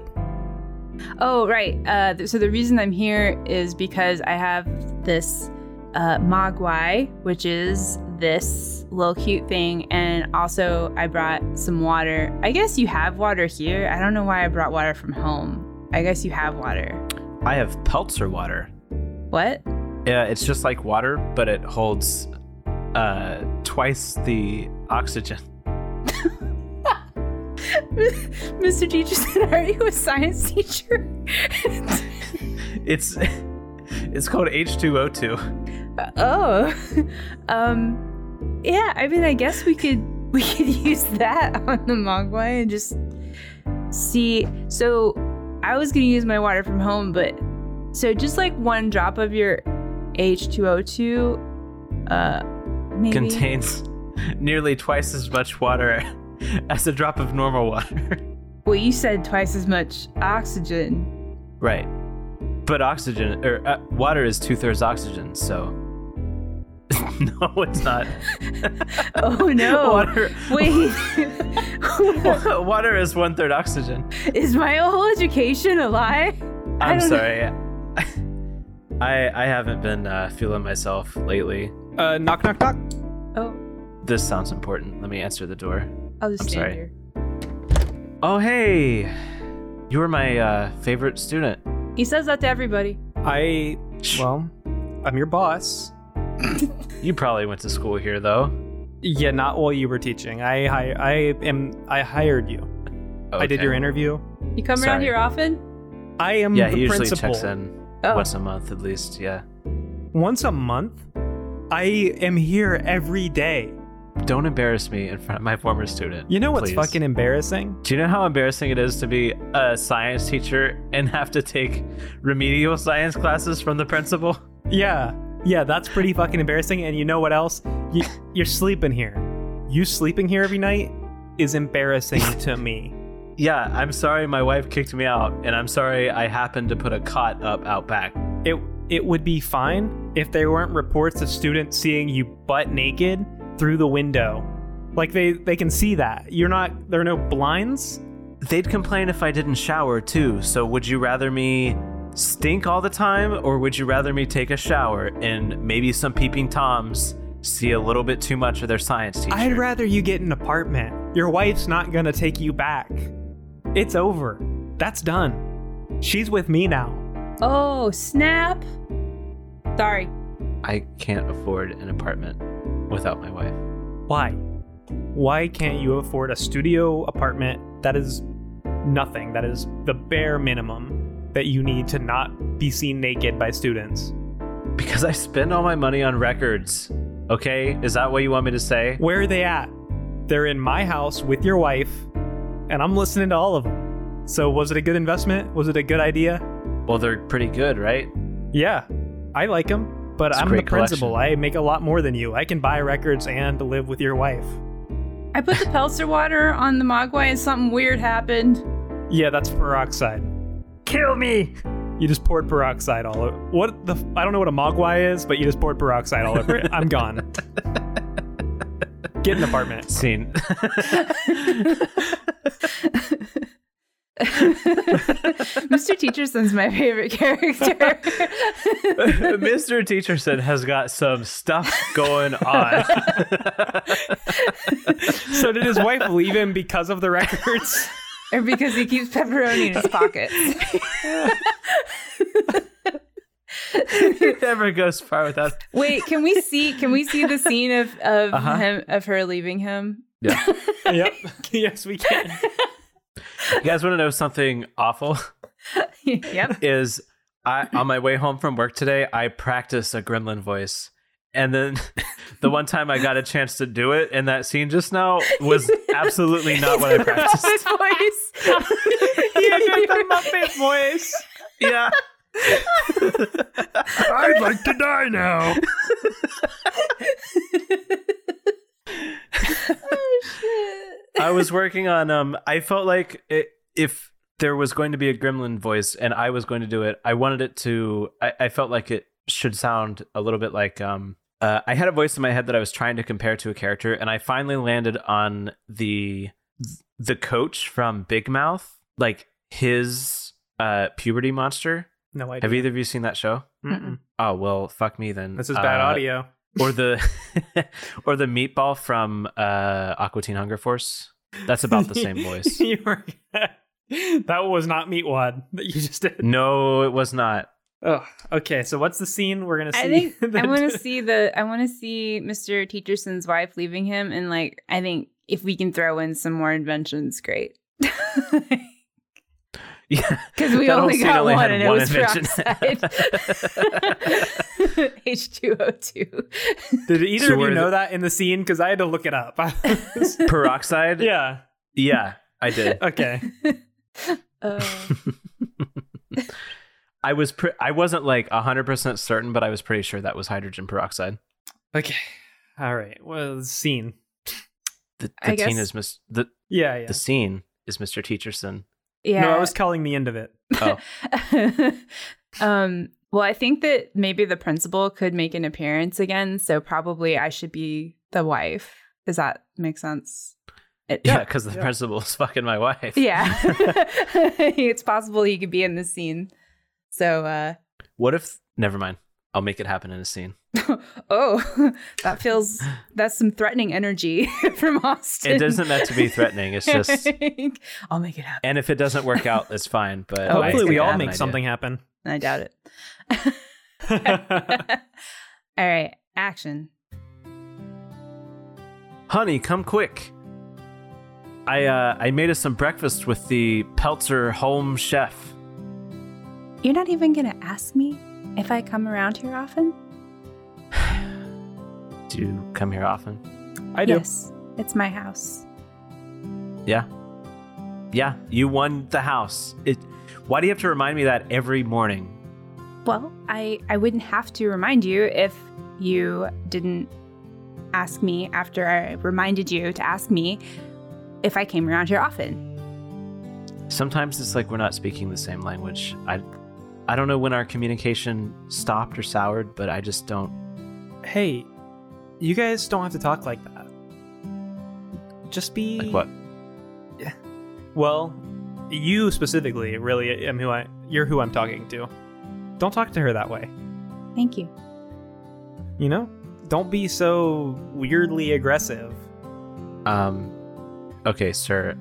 Oh, right. Uh, th- so the reason I'm here is because I have this uh, Mogwai, which is this little cute thing. And also, I brought some water. I guess you have water here. I don't know why I brought water from home. I guess you have water.
I have Peltzer water.
What? <laughs>
Yeah, it's just like water, but it holds uh twice the oxygen. <laughs>
Mr. Teacherson, are you a science teacher? <laughs>
It's <laughs> it's called H2O2.
oh, <laughs> um, yeah. I mean, I guess we could <laughs> we could use that on the Mogwai and just see. So, I was gonna use my water from home, but so just like one drop of your H two O two, uh, Maybe.
contains nearly twice as much water <laughs> as a drop of normal water.
Well, you said twice as much oxygen. <laughs>
right. But oxygen, or uh, water is two thirds oxygen, so. <laughs> no, it's not.
Oh <laughs> no!
<laughs> Water, <laughs>
Wait, <laughs>
water is one third oxygen.
is my whole education a lie? I
I'm
don't know.
sorry. <laughs> I I haven't been uh, feeling myself lately.
Uh, knock, knock, knock.
Oh,
This sounds important. Let me answer the door.
I'll just
I'm
stand
sorry.
here.
Oh hey, you were my uh, favorite student.
He says that to everybody.
I, well, I'm your boss.
You probably went to school here though.
Yeah, not while you were teaching. I, I, I am. I hired you. I did
Okay.
your interview.
You come around
Sorry.
here often?
I am
Yeah,
the
he usually
principal.
checks in
Oh,
once a month at least. Yeah.
Once a month, I am here every day.
Don't embarrass me in front of my former student.
You know what's
please.
fucking embarrassing?
Do you know how embarrassing it is to be a science teacher and have to take remedial science classes from the principal?
Yeah, yeah, that's pretty fucking embarrassing. And you know what else? You, you're sleeping here. You sleeping here every night is
<laughs>
embarrassing to me.
Yeah, I'm sorry my wife kicked me out, and I'm sorry I happened to put a cot up out back.
It it would be fine if there weren't reports of students seeing you butt naked through the window. Like they they can see that. You're not there are no blinds.
They'd complain if I didn't shower too, so would you rather me stink all the time, or would you rather me take a shower and maybe some peeping toms see a little bit too much of their science teacher?
I'd rather you get an apartment. Your wife's not going to take you back. It's over. That's done. She's with me now.
oh snap! Sorry.
I can't afford an apartment without my wife.
Why? Why can't you afford a studio apartment that is nothing? That is the bare minimum that you need to not be seen naked by students.
Because I spend all my money on records. Okay? Is that what you want me to say?
Where are they at? They're in my house with your wife, and I'm listening to all of them. So, was it a good investment? Was it a good idea?
Well, they're pretty good, right?
Yeah, I like them, but
It's a
I'm the
great collection.
principal. I make a lot more than you. I can buy records and live with your wife.
I
<laughs>
put the Pelzer water on the Mogwai and something weird happened.
Yeah, that's peroxide. Kill me! You just poured peroxide all over. What the? F- I don't know what a mogwai is, but you just poured peroxide all over it. I'm gone. Get an apartment.
Scene. <laughs>
Mr. Teacherson's my favorite
<laughs>
character. <laughs>
Mr. Teacherson has got some stuff going on. <laughs>
So did his wife leave him because of the records?
or because he keeps pepperoni in his pocket.
he never goes far without.
Wait, can we see can we see the scene of, of
Uh-huh.
him of her leaving him? <laughs>
Yeah. You
yep. <laughs> Yes, we can.
guys want to know something awful?
yep.
Is I on my way home from work today, I practice a gremlin voice. And then <laughs> the one time I got a chance to do it in that scene just now was absolutely
<laughs>
not what I practiced.
His voice.
<laughs>
<laughs>
Muppet voice.
Yeah.
I'd like to die now.
oh shit.
I was working on um I felt like it, if there was going to be a gremlin voice and I was going to do it, I wanted it to I, I felt like it should sound a little bit like um uh, I had a voice in my head that I was trying to compare to a character and I finally landed on the the coach from Big Mouth, like his uh puberty monster.
<laughs> No idea.
Have either of you seen that show?
Mm-mm.
Oh well, fuck me then.
This is bad
Uh,
audio.
or the <laughs> or the meatball from uh Aqua Teen Hunger Force. That's about
<laughs>
the same voice.
you were. <laughs> that was not meat wad that you just did.
No, it was not.
Oh, okay. So what's the scene we're gonna see?
I think
<laughs>
<laughs>
that-
I want to see the I want to see Mr. Teacherson's wife leaving him, and like I think if we can throw in some more inventions, great. <laughs> Because
Yeah.
we
That whole
only
scene
got
only
one,
had
and it
one
was
invention. <laughs>
peroxide. <laughs> H two O two. <laughs>
Did either
So
of you
we're
know
the-
that in the scene? Because I had to look
<laughs>
it up. <laughs>
Peroxide?
yeah.
Yeah, I did.
Okay.
Uh,
I was pre- I wasn't like 100% certain, but I was pretty sure that was hydrogen peroxide.
Okay. All right. Well, scene.
The,
I
the teen
guess-
is Miss the
Yeah, yeah.
the scene is Mr.
<laughs>
Teacherson.
Yeah.
No, I was calling the end of it.
Oh,
<laughs> um, well, I think that maybe the principal could make an appearance again, so probably I should be the wife. Does that make sense? It-
yeah, because the
yeah.
principal is fucking my wife.
Yeah. <laughs> it's possible he could be in this scene. So, uh,
What if? Never mind. I'll make it happen in a scene.
oh, <laughs> that feels that's some threatening energy <laughs> from Austin.
<laughs>
It doesn't meant to be
<laughs>
threatening. It's just.
I'll make it happen.
And if it doesn't work out, that's fine. But
Oh,
Hopefully,
I-
we
I
all
have an
make
idea.
<laughs>
something happen. <laughs>
I doubt it.
I
All right, action.
Honey, come quick. I uh, I made us some breakfast with the Pelzer home chef.
You're not even gonna ask me if I come around here often?
Do you come here often?
do.
Yes, it's my house.
Yeah. Yeah, you won the house. It. Why do you have to remind me that every morning?
Well, I, I wouldn't have to remind you if you didn't ask me after I reminded you to ask me if I came around here often.
Sometimes it's like we're not speaking the same language. I, I don't know when our communication stopped or soured, but I just don't.
Hey, you guys don't have to talk like that. Just be
Like what?
Well, you specifically, really, am who I. You're who I'm talking to. Don't talk to her that way.
Thank you.
You know, don't be so weirdly aggressive.
Um, okay, sir.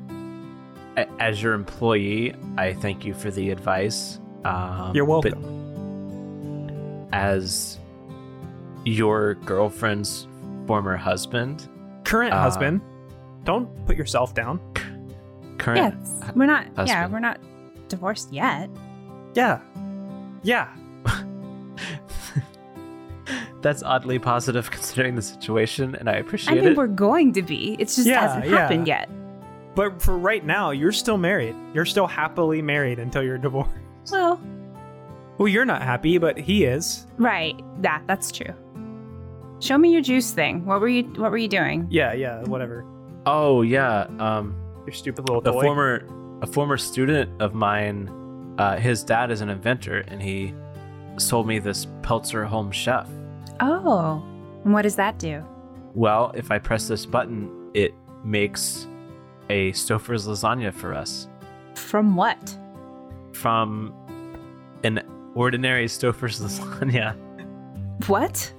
A- As your employee, I thank you for the advice. Um,
You're
but
welcome.
as your girlfriend's former husband,
Current
Uh,
husband, don't put yourself down.
current.
Yes, we're not. Yeah,
husband.
we're not divorced yet.
Yeah, yeah.
That's oddly positive <laughs> considering the situation, and I
I
appreciate
mean,
it.
we're going to be. It's just
Yeah,
hasn't
yeah.
happened yet.
But for right now, you're still married. You're still happily married until you're divorced. <laughs>
Well,
Well, you're not happy, but he is.
right. Yeah, that's true. Show me your juice thing. What were you? What were you doing?
Yeah, yeah, whatever.
Oh yeah. Um,
Your stupid little
a
toy.
former a former student of mine uh, his dad is an inventor and he sold me this pelzer home chef
Oh, and what does that do?
well if i press this button it makes a stouffer's lasagna for us
From what?
from an ordinary stouffer's <laughs> lasagna
What?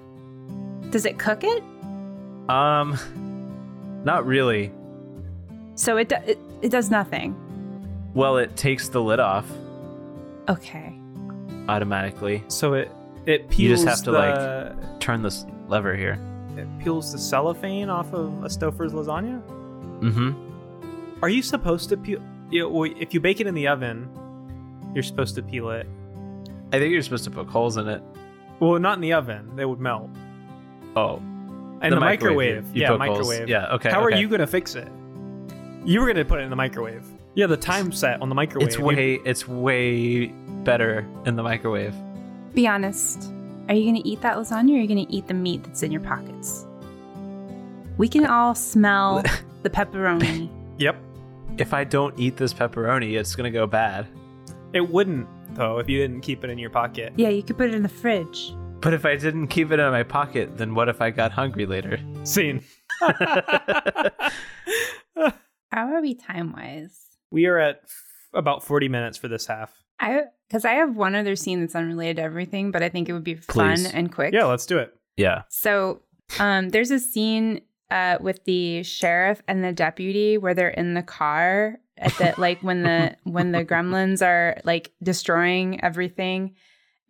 Does it cook it?
um not really
So it do- it, it does nothing.
well it takes the lid off
Okay.
automatically
So it it peels
You just have to,
the,
turn this lever here
it peels the cellophane off of a Stouffer's lasagna.
mm-hmm
Are you supposed to peel? You know, well, if you bake it in the oven, you're supposed to peel it.
i think you're supposed to poke holes in it
Well, not in the oven; they would melt.
oh
In the, microwave,
you- you
yeah,
poke holes.
microwave.
yeah okay
How
okay.
are you gonna fix it? You were gonna put it in the microwave. Yeah, the time set on the microwave.
It's way it's way better in the microwave.
Be honest. Are you going to eat that lasagna or are you going to eat the meat that's in your pockets? We can all smell the pepperoni.
Yep.
If I don't eat this pepperoni, it's gonna go bad.
It wouldn't though if you didn't keep it in your pocket.
yeah, you could put it in the fridge.
But if I didn't keep it in my pocket, then what if I got hungry later? <laughs>
Scene.
How are we time wise?
we are at f- about forty minutes for this half.
I because I have one other scene that's unrelated to everything, but I think it would be fun
Please.
and quick.
Yeah, let's do it.
Yeah.
So um, there's a scene uh, with the sheriff and the deputy where they're in the car at the like when the when the gremlins are like destroying everything,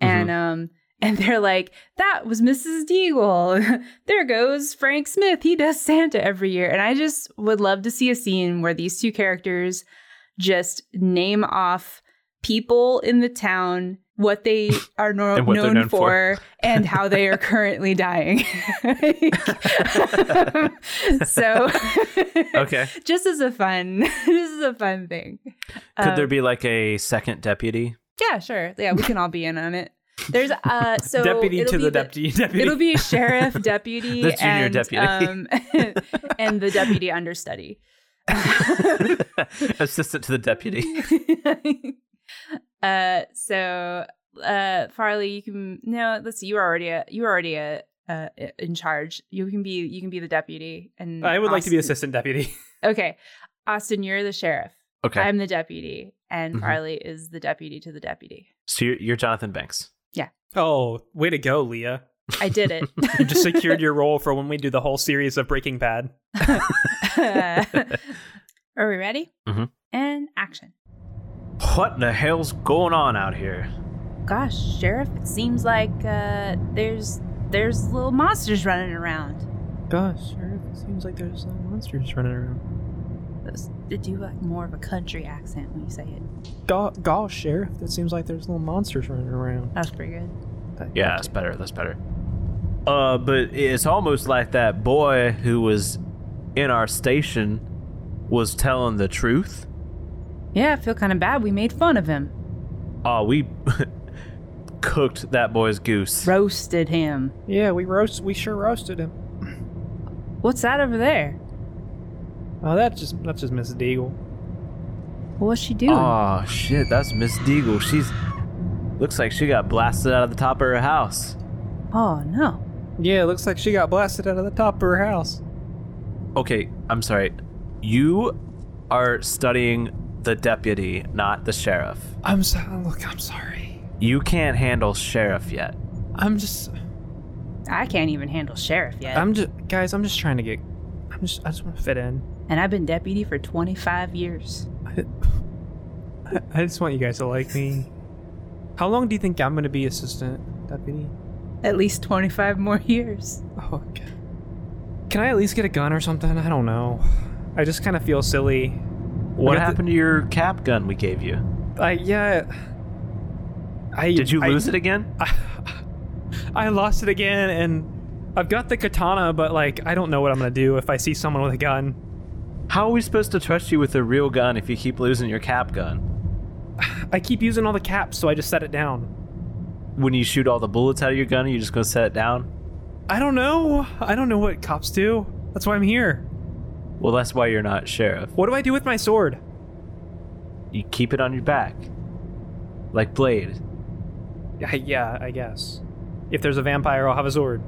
and
Mm-hmm.
um and they're like that was Mrs. Deagle. <laughs> there goes Frank Smith. He does Santa every year, and I just would love to see a scene where these two characters just name off people in the town what they are nor-
<laughs> And what they're
known,
known
for,
for.
and how they are currently dying <laughs> so
<laughs> Okay.
<laughs> just as a fun this is a fun thing
Could there
Um,
<laughs> be like a second deputy?
yeah sure yeah we can all be in on it There's uh
<laughs>
so
deputy
it'll
to
be
the, deputy. <laughs> deputy.
It'll be sheriff, deputy,
The junior
and,
deputy.
um, <laughs> and the deputy
<laughs>
understudy.
Assistant to the
<laughs>
deputy.
uh, so uh, Farley, you can no. Let's see. You're already a, you're already a, uh, in charge. You can be you can be the deputy. And
I would like to be
Austin-
assistant deputy. <laughs>
Okay, Austin, you're the sheriff.
Okay.
I'm the deputy, and
Mm-hmm.
Mhm.
Farley is the deputy to the deputy.
so you're, you're Jonathan Banks.
Oh, way to go, Leah.
I did it.
<laughs> You just
<laughs>
secured your role for when we do the whole series of Breaking Bad.
Are we ready?
Mm-hmm.
Mhm.
And action.
What in the hell's going on out here?
Gosh, Sheriff, it seems like uh, there's there's little monsters running around.
Gosh, sure. It seems like there's uh, monsters running around.
Those- They do like more of a country accent when you say it.
Gosh, Sheriff, it seems like there's little monsters running around.
That's pretty good.
Yeah, that's better. That's better. Uh, but it's almost like that boy who was in our station was telling the truth.
Yeah, I feel kind of bad. We made fun of him,
Oh, we <laughs> cooked that boy's goose.
roasted him.
Yeah, we roast. We sure roasted him.
What's that over there?
Oh, that's just that's just Miss Deagle.
What's she doing?
Oh shit, that's Miss Deagle. She's looks like she got blasted out of the top of her house.
oh no.
Yeah, looks like she got blasted out of the top of her house.
Okay, I'm sorry. You are studying the deputy, not the sheriff.
I'm so look. I'm sorry.
You can't handle sheriff yet.
I'm just.
I can't even handle sheriff yet.
I'm just guys. I'm just trying to get. I'm just. I just want to fit in.
and I've been deputy for 25 years.
I, I just want you guys to like me. How long do you think I'm gonna be assistant deputy?
At least 25 more years.
Oh, okay. Can I at least get a gun or something? I don't know. I just kind of feel silly. got
What
the-
happened to your cap gun we gave you?
I yeah. I
Did you
I-
lose it again?
I, <laughs> I lost it again, and I've got the katana, but like I don't know what I'm gonna do if I see someone with a gun.
How are we supposed to trust you with a real gun if you keep losing your cap gun?
I keep using all the caps, so I just set it down.
When you shoot all the bullets out of your gun, are you just gonna set it down?
I don't know. I don't know what cops do. That's why I'm here.
Well, that's why you're not sheriff.
What do I do with my sword?
You keep it on your back, like Blade.
I, yeah, I guess. If there's a vampire, I'll have a sword.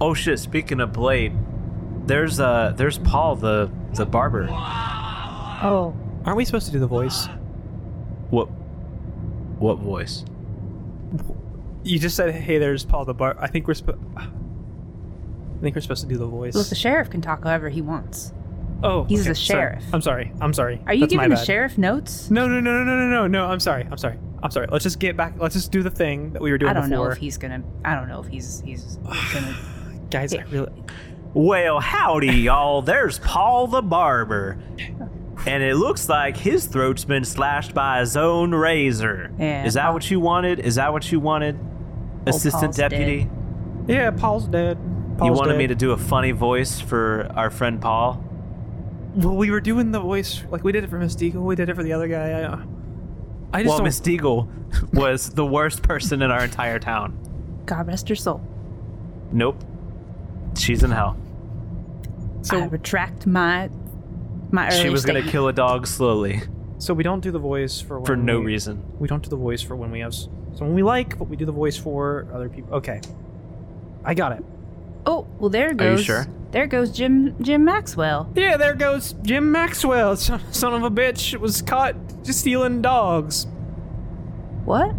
Oh shit! Speaking of Blade, there's uh, there's Paul the the barber.
Oh.
Aren't we supposed to do the voice?
What? What voice?
You just said, "Hey, there's Paul the bar." I think we're supposed. I think we're supposed to do the voice.
Look, the sheriff can talk however he wants.
oh,
he's
okay,
the
sorry.
sheriff.
I'm sorry. I'm sorry.
Are you
That's my
giving the
bad.
sheriff notes?
No, no, no, no, no, no, no, no. I'm sorry. I'm sorry. I'm sorry. Let's just get back. Let's just do the thing that we were doing
I don't know
before.
if he's gonna. I don't know if he's
<sighs>
he's gonna.
Guys, I really.
Well, howdy, y'all. There's Paul the barber, and it looks like his throat's been slashed by his own razor.
Yeah,
Is that
Paul- Oh,
what you wanted? Is that what you wanted, Assistant
Paul's
Deputy?
Yeah, Paul's dead. Paul's
you wanted
dead.
me to do a funny voice for our friend Paul.
Well, we were doing the voice like we did it for Miss Deagle. We did it for the other guy. I, uh, I just
Well,
don't.
Miss Deagle <laughs> was the worst person in our entire town.
God rest her soul.
Nope, she's in hell.
so
I retract my my earlier
she was gonna
statement.
kill a dog slowly
so we don't do the voice for when
for no
we-
reason.
We don't do the voice for when we have s- someone we like, but we do the voice for other people. Okay, I got it.
Oh well, there goes.
sure?
There goes Jim Jim Maxwell.
Yeah, there goes Jim Maxwell, <laughs> son son of a bitch, was caught just stealing dogs.
What?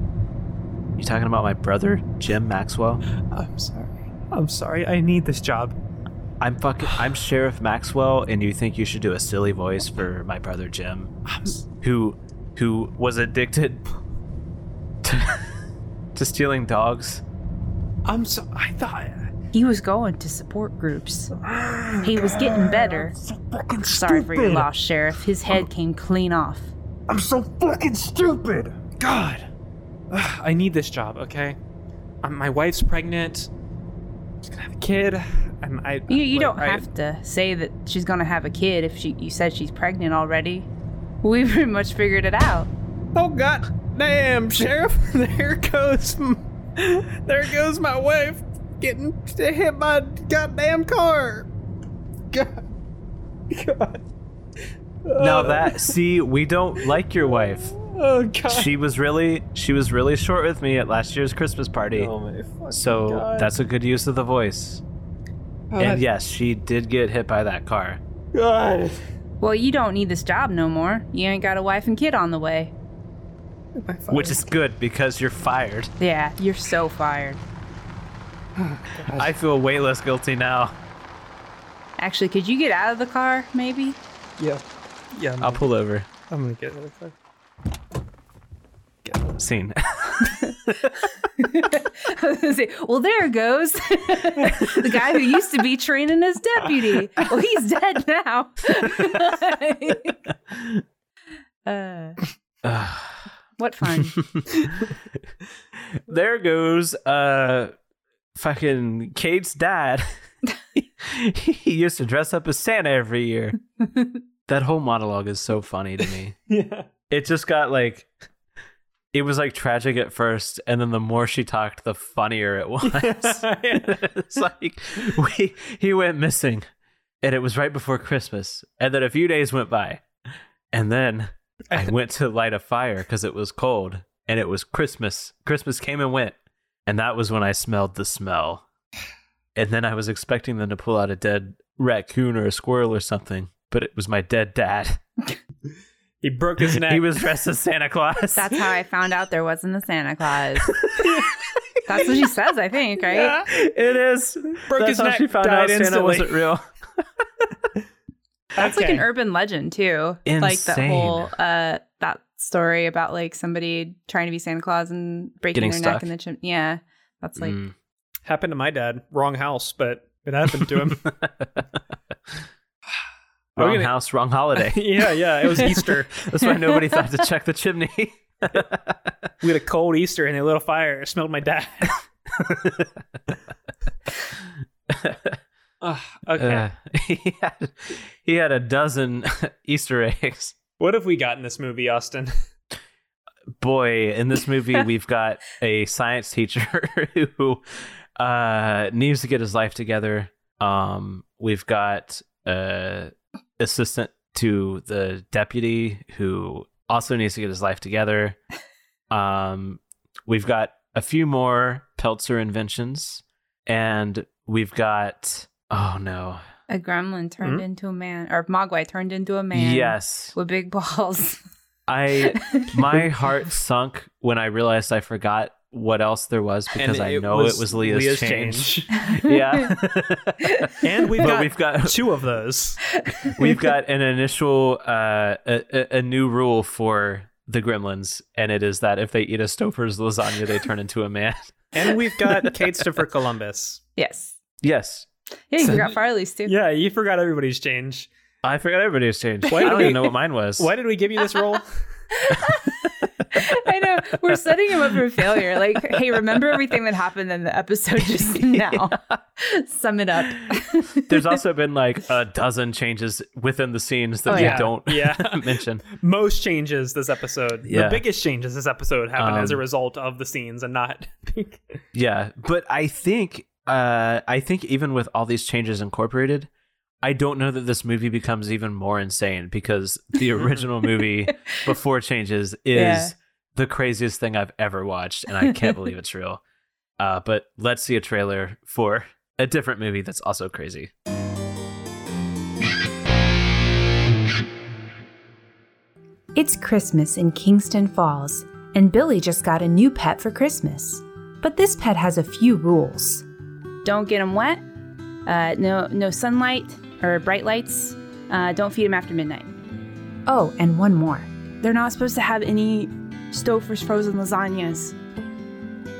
You talking about my brother, Jim Maxwell?
I'm sorry. I'm sorry. I need this job.
I'm fucking. I'm Sheriff Maxwell, and you think you should do a silly voice for my brother Jim,
I'm s-
who, who was addicted <laughs> to, to stealing dogs.
I'm so. I thought.
He was going to support groups. He was getting better. Sorry for your loss, Sheriff. His head came clean off.
I'm so fucking stupid. God. Ugh, I need this job. Okay. Um, my wife's pregnant. She's gonna have a kid. And I.
You, you
like,
don't
I-
have to say that she's gonna have a <laughs> kid if she you said she's pregnant already. We pretty much figured it out.
Oh God. Damn, sheriff! <laughs> There goes, there goes my wife getting hit by a goddamn car. God, God.
Now that see, we don't like your wife.
Oh God.
She was really she was really short with me at last year's Christmas party.
Oh my fucking
So
God. Oh,
that's a good use of the voice.
God.
And yes, she did get hit by that car.
God.
Well, you don't need this job no more. You ain't got a wife and kid on the way.
My fucking-
Which is good because you're fired.
Yeah, you're so fired.
I feel way less guilty now.
Actually, could you get out of the car, maybe?
yeah, yeah. I'm,
I'll pull over.
I'm gonna get really quick.
Scene.
I was gonna <laughs> say, well, there goes <laughs> the guy who used to be training as deputy. Well, he's dead now. <laughs> uh,
Ugh.
what
<sighs>
fun.
there goes uh fucking Kate's dad. <laughs> he used to dress up as Santa every year. that whole monologue is so funny to me.
Yeah.
It just got like it was like tragic at first, and then the more she talked, the funnier it was. <laughs> it's like we, he went missing, and it was right before Christmas, and then a few days went by, and then
<laughs>
I went to light a fire because it was cold, and it was Christmas. Christmas came and went, and that was when I smelled the smell, and then I was expecting them to pull out a dead raccoon or a squirrel or something, but it was my dead dad.
He broke his neck.
He was dressed as Santa Claus.
That's how I found out there wasn't a Santa Claus. That's what she says, I think, right?
Yeah.
<laughs> it is.
Broke
That's
his
how
neck.
she found
died
out Santa
instantly.
wasn't real.
That's like an urban legend too. Like that
Insane.
whole uh that story about like somebody trying to be Santa Claus and breaking
Getting
their
stuck.
neck in the chimney. Yeah. That's like
Mm.
happened to my dad. Wrong house, but it happened to him. We're
wrong
gonna-
house, wrong holiday.
<laughs> yeah, yeah.
<laughs>
It was Easter.
That's why nobody thought to check the chimney. <laughs>
we had a cold Easter and they lit a fire. It smelled my dad. <laughs> Ugh, okay.
<laughs> Uh, he, had, he had a dozen <laughs> Easter eggs.
what have we got in this movie, Austin?
Boy, in this movie, we've got a science teacher <laughs> who uh, needs to get his life together. Um, we've got uh, assistant to the deputy who also needs to get his life together. Um, we've got a few more Peltzer inventions, and we've got oh no,
a gremlin turned into a man or Mogwai turned into a man.
Mm. yes,
With big balls.
I my heart sunk when I realized I forgot what else there was <laughs> because I know it was Leah's, change. <laughs> Yeah,
And we've
but
got
we've
<laughs>
got
two of those.
we've got an initial uh, a, a- a new rule for the gremlins and it is that if they eat a stouffer's lasagna they turn into a man
And we've got Kate's for Columbus.
<laughs> yes.
<laughs> yes
Yeah, you forgot Farley's too.
Yeah, you forgot everybody's change.
i forgot everybody's changed
Why
i
do
don't
we-
even know what mine
<laughs>
was
Why did we give you this role?
<laughs> I know. We're setting him up for failure. Like, hey, remember everything that happened in the episode
<laughs>
just now. <laughs> Sum it up. <laughs>
there's also been like a dozen changes within the scenes that
Oh,
we
yeah.
don't <laughs>
Yeah.
mention
<laughs> Most changes this episode. The
Yeah.
biggest changes this episode happened as a
Um,
result of the scenes and not. <laughs>
Yeah, but I think uh, I think even with all these changes incorporated, I don't know that this movie becomes even more insane because the original movie before changes is
Yeah.
the craziest thing I've ever watched, and I can't believe it's real. Uh, but let's see a trailer for a different movie that's also crazy.
It's Christmas in Kingston Falls, and Billy just got a new pet for Christmas. But this pet has a few rules.
Don't get them wet. Uh, no, no sunlight or bright lights. Uh, don't feed them after midnight.
Oh, and one more.
They're not supposed to have any Stouffer's frozen lasagnas.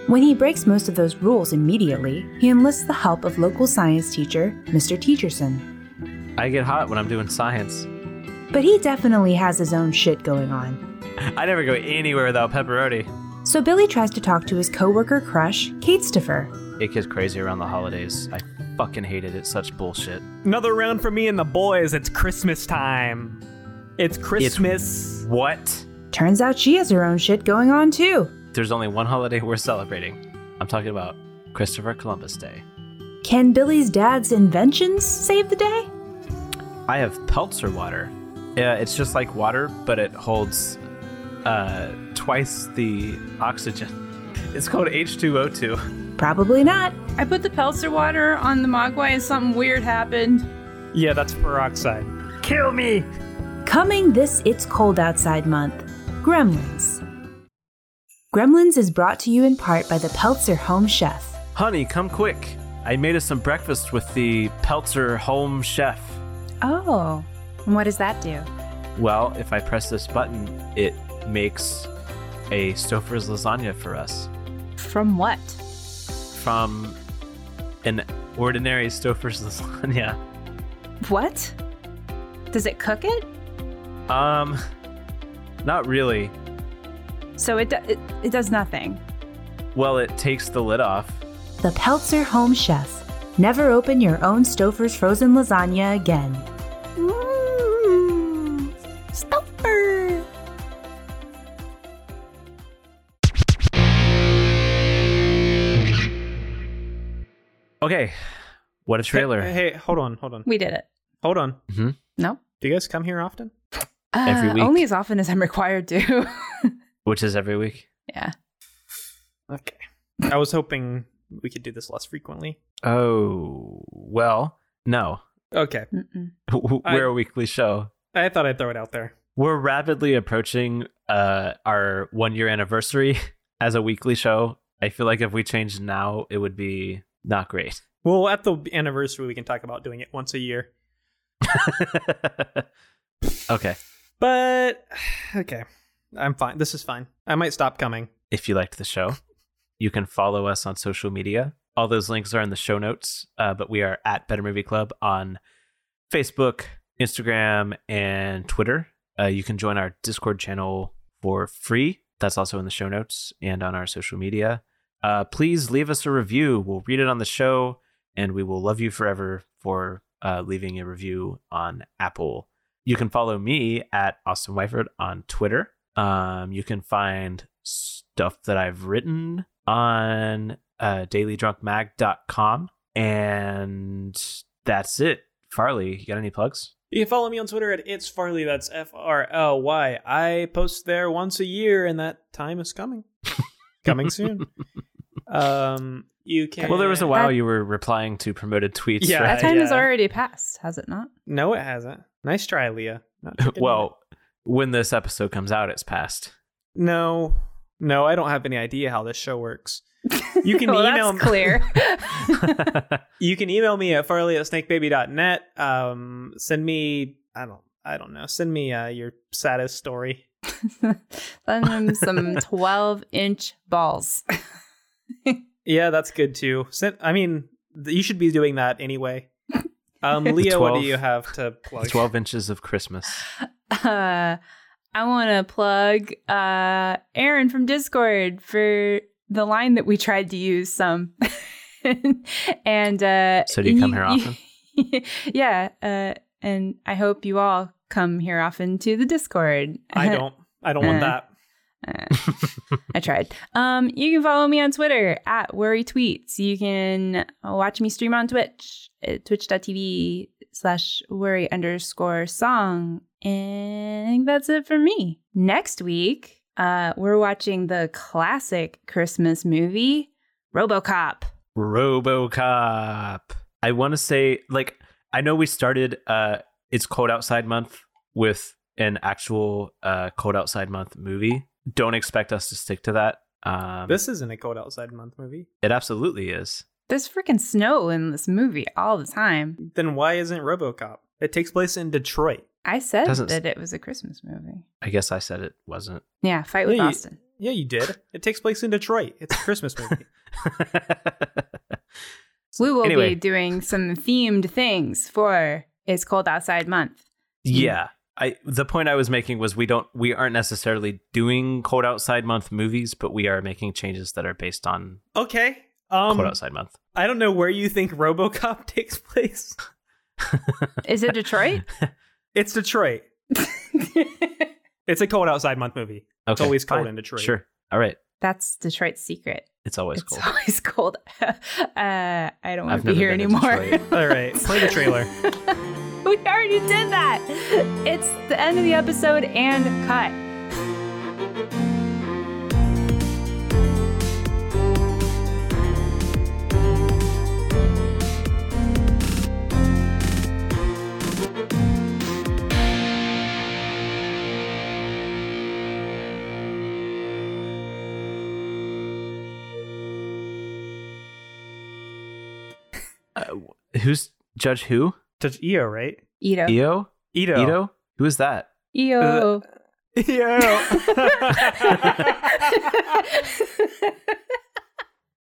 When he breaks most of those rules immediately, he enlists the help of local science teacher, Mr. Teacherson.
I get hot when I'm doing science.
But he definitely has his own shit going on.
I never go anywhere without pepperoni.
So Billy tries to talk to his coworker crush, Kate Stoffer.
It gets crazy around the holidays. I fucking hated it. Such bullshit.
Another round for me and the boys. It's Christmas time. It's Christmas.
What?
Turns out she has her own shit going on too.
There's only one holiday <laughs> we're celebrating. I'm talking about Christopher Columbus Day.
Can Billy's dad's inventions save the day?
I have Peltzer water. Yeah, it's just like water, but it holds uh, twice the oxygen. <laughs> It's called H2O2.
Probably not.
I put the Peltzer water on the Mogwai and something weird happened.
Yeah, that's peroxide.
Kill me!
Coming this It's Cold Outside month, Gremlins. Gremlins is brought to you in part by the Peltzer Home Chef.
<laughs> Honey, come quick. I made us some breakfast with the Peltzer Home Chef.
Oh,
And what does that do?
Well, if I press this button, it makes a Stouffer's lasagna for us
From what?
from an ordinary Stouffer's <laughs> lasagna.
What? Does it cook it?
Um, not really.
So it, do- it, it does nothing.
Well, it takes the lid off.
the Peltzer Home Chef. Never open your own Stouffer's frozen lasagna again.
Stopper!
Okay, what a trailer.
Hey, hey, hold on, hold on,
We did it.
hold on.
No?
Do you guys come here often?
Uh,
Every week.
Only as often as I'm required to. <laughs>
Which is every week.
yeah.
Okay. I was hoping we could do this less frequently.
Oh, well, no. <laughs>
Okay.
Mm-mm.
We're
I-
a weekly show.
I thought I'd throw it out there.
We're rapidly approaching uh, our one year anniversary <laughs> as a weekly show. I feel like if we changed now, it would be not great. <laughs>
Well, at the anniversary, we can talk about doing it once a year.
okay.
But, <sighs> okay. I'm fine. This is fine. I might stop coming.
If you liked the show, you can follow us on social media. All those links are in the show notes, uh, but we are at Better Movie Club on Facebook, Instagram, and Twitter. Uh, you can join our Discord channel for free. That's also in the show notes and on our social media. Uh, please leave us a review. We'll read it on the show, and we will love you forever for uh, leaving a review on Apple. You can follow me at Austin Wyford on Twitter. Um, you can find stuff that I've written on uh, dailydrunkmag.com. And that's it. Farley, you got any plugs?
You can follow me on Twitter at It's Farley. That's F R L Y. I post there once a year, and that time is
<laughs>
coming. coming soon. Um, you can.
Well, there was a while
That-
you were replying to promoted tweets.
Yeah,
That time has
Uh, yeah.
already passed, has it not?
No, it hasn't. Nice try, Leah. Not <laughs>
right?
taking
well, when this episode comes out, it's past. <laughs>
it. no, no, I don't have any idea how this show
<laughs>
works. You can
well,
email
that's
<laughs>
clear.
you can email me at farley at snakebaby.net. Um, send me I don't I don't know. Send me uh, your saddest story.
Send him some 12 inch balls.
Yeah, that's good too. Send, I mean, th- you should be doing that
<laughs>
anyway. Um, Leah, what
12
do you have to plug?
12 inches of Christmas.
Uh, I want to plug uh, Aaron from Discord for the line that we tried to use some. <laughs> and uh,
So do you come here often?
<laughs> yeah. Uh, and I hope you all come here often to the Discord.
I
<laughs>
don't. I don't want
Uh-huh.
that.
Uh, I tried. Um, you can follow me on Twitter at worrytweets. You can watch me stream on Twitch at twitch.tv slash worry underscore song. And I think that's it for me. Next week, uh, we're watching the classic Christmas movie, Robocop. <laughs>
RoboCop. I want to say like I know we started uh it's cold outside month with an actual uh cold outside month movie. Don't expect us to stick to that. Um
This isn't a cold outside month movie.
it absolutely is.
There's freaking snow in this movie all the time.
Then why isn't RoboCop? It takes place in Detroit.
I said
Doesn't-
that it was a Christmas movie.
I guess I said it wasn't. <laughs>
Yeah, Fight with
Yeah, you-
Austin.
Yeah, you did. It takes place in Detroit. It's a
<laughs>
Christmas movie.
Hmm. We will
Anyway.
be doing some themed things for It's Cold Outside Month.
yeah. I the point I was making was we don't we aren't necessarily doing cold outside month movies, but we are making changes that are based on
okay.
cold
Um,
outside month.
I don't know where you think RoboCop <laughs> takes place.
<laughs>
Is it Detroit? <laughs>
It's Detroit. It's a cold outside month movie. It's
Okay,
always cold
fine.
in Detroit.
Sure. All right.
That's Detroit's secret.
It's always
it's
cold.
always cold. <laughs> uh, I don't want
I've
to be
never
here
been to
anymore. <laughs>
Detroit.
All right, play the
<laughs>
trailer.
we already did that. It's the end of the episode and cut.
Uh, wh- who's Judge Who?
Touch Io, right?
Ito.
Io?
Ito.
Ito? Who is that?
<laughs>
Eo.
<laughs> E-
<laughs>
Io.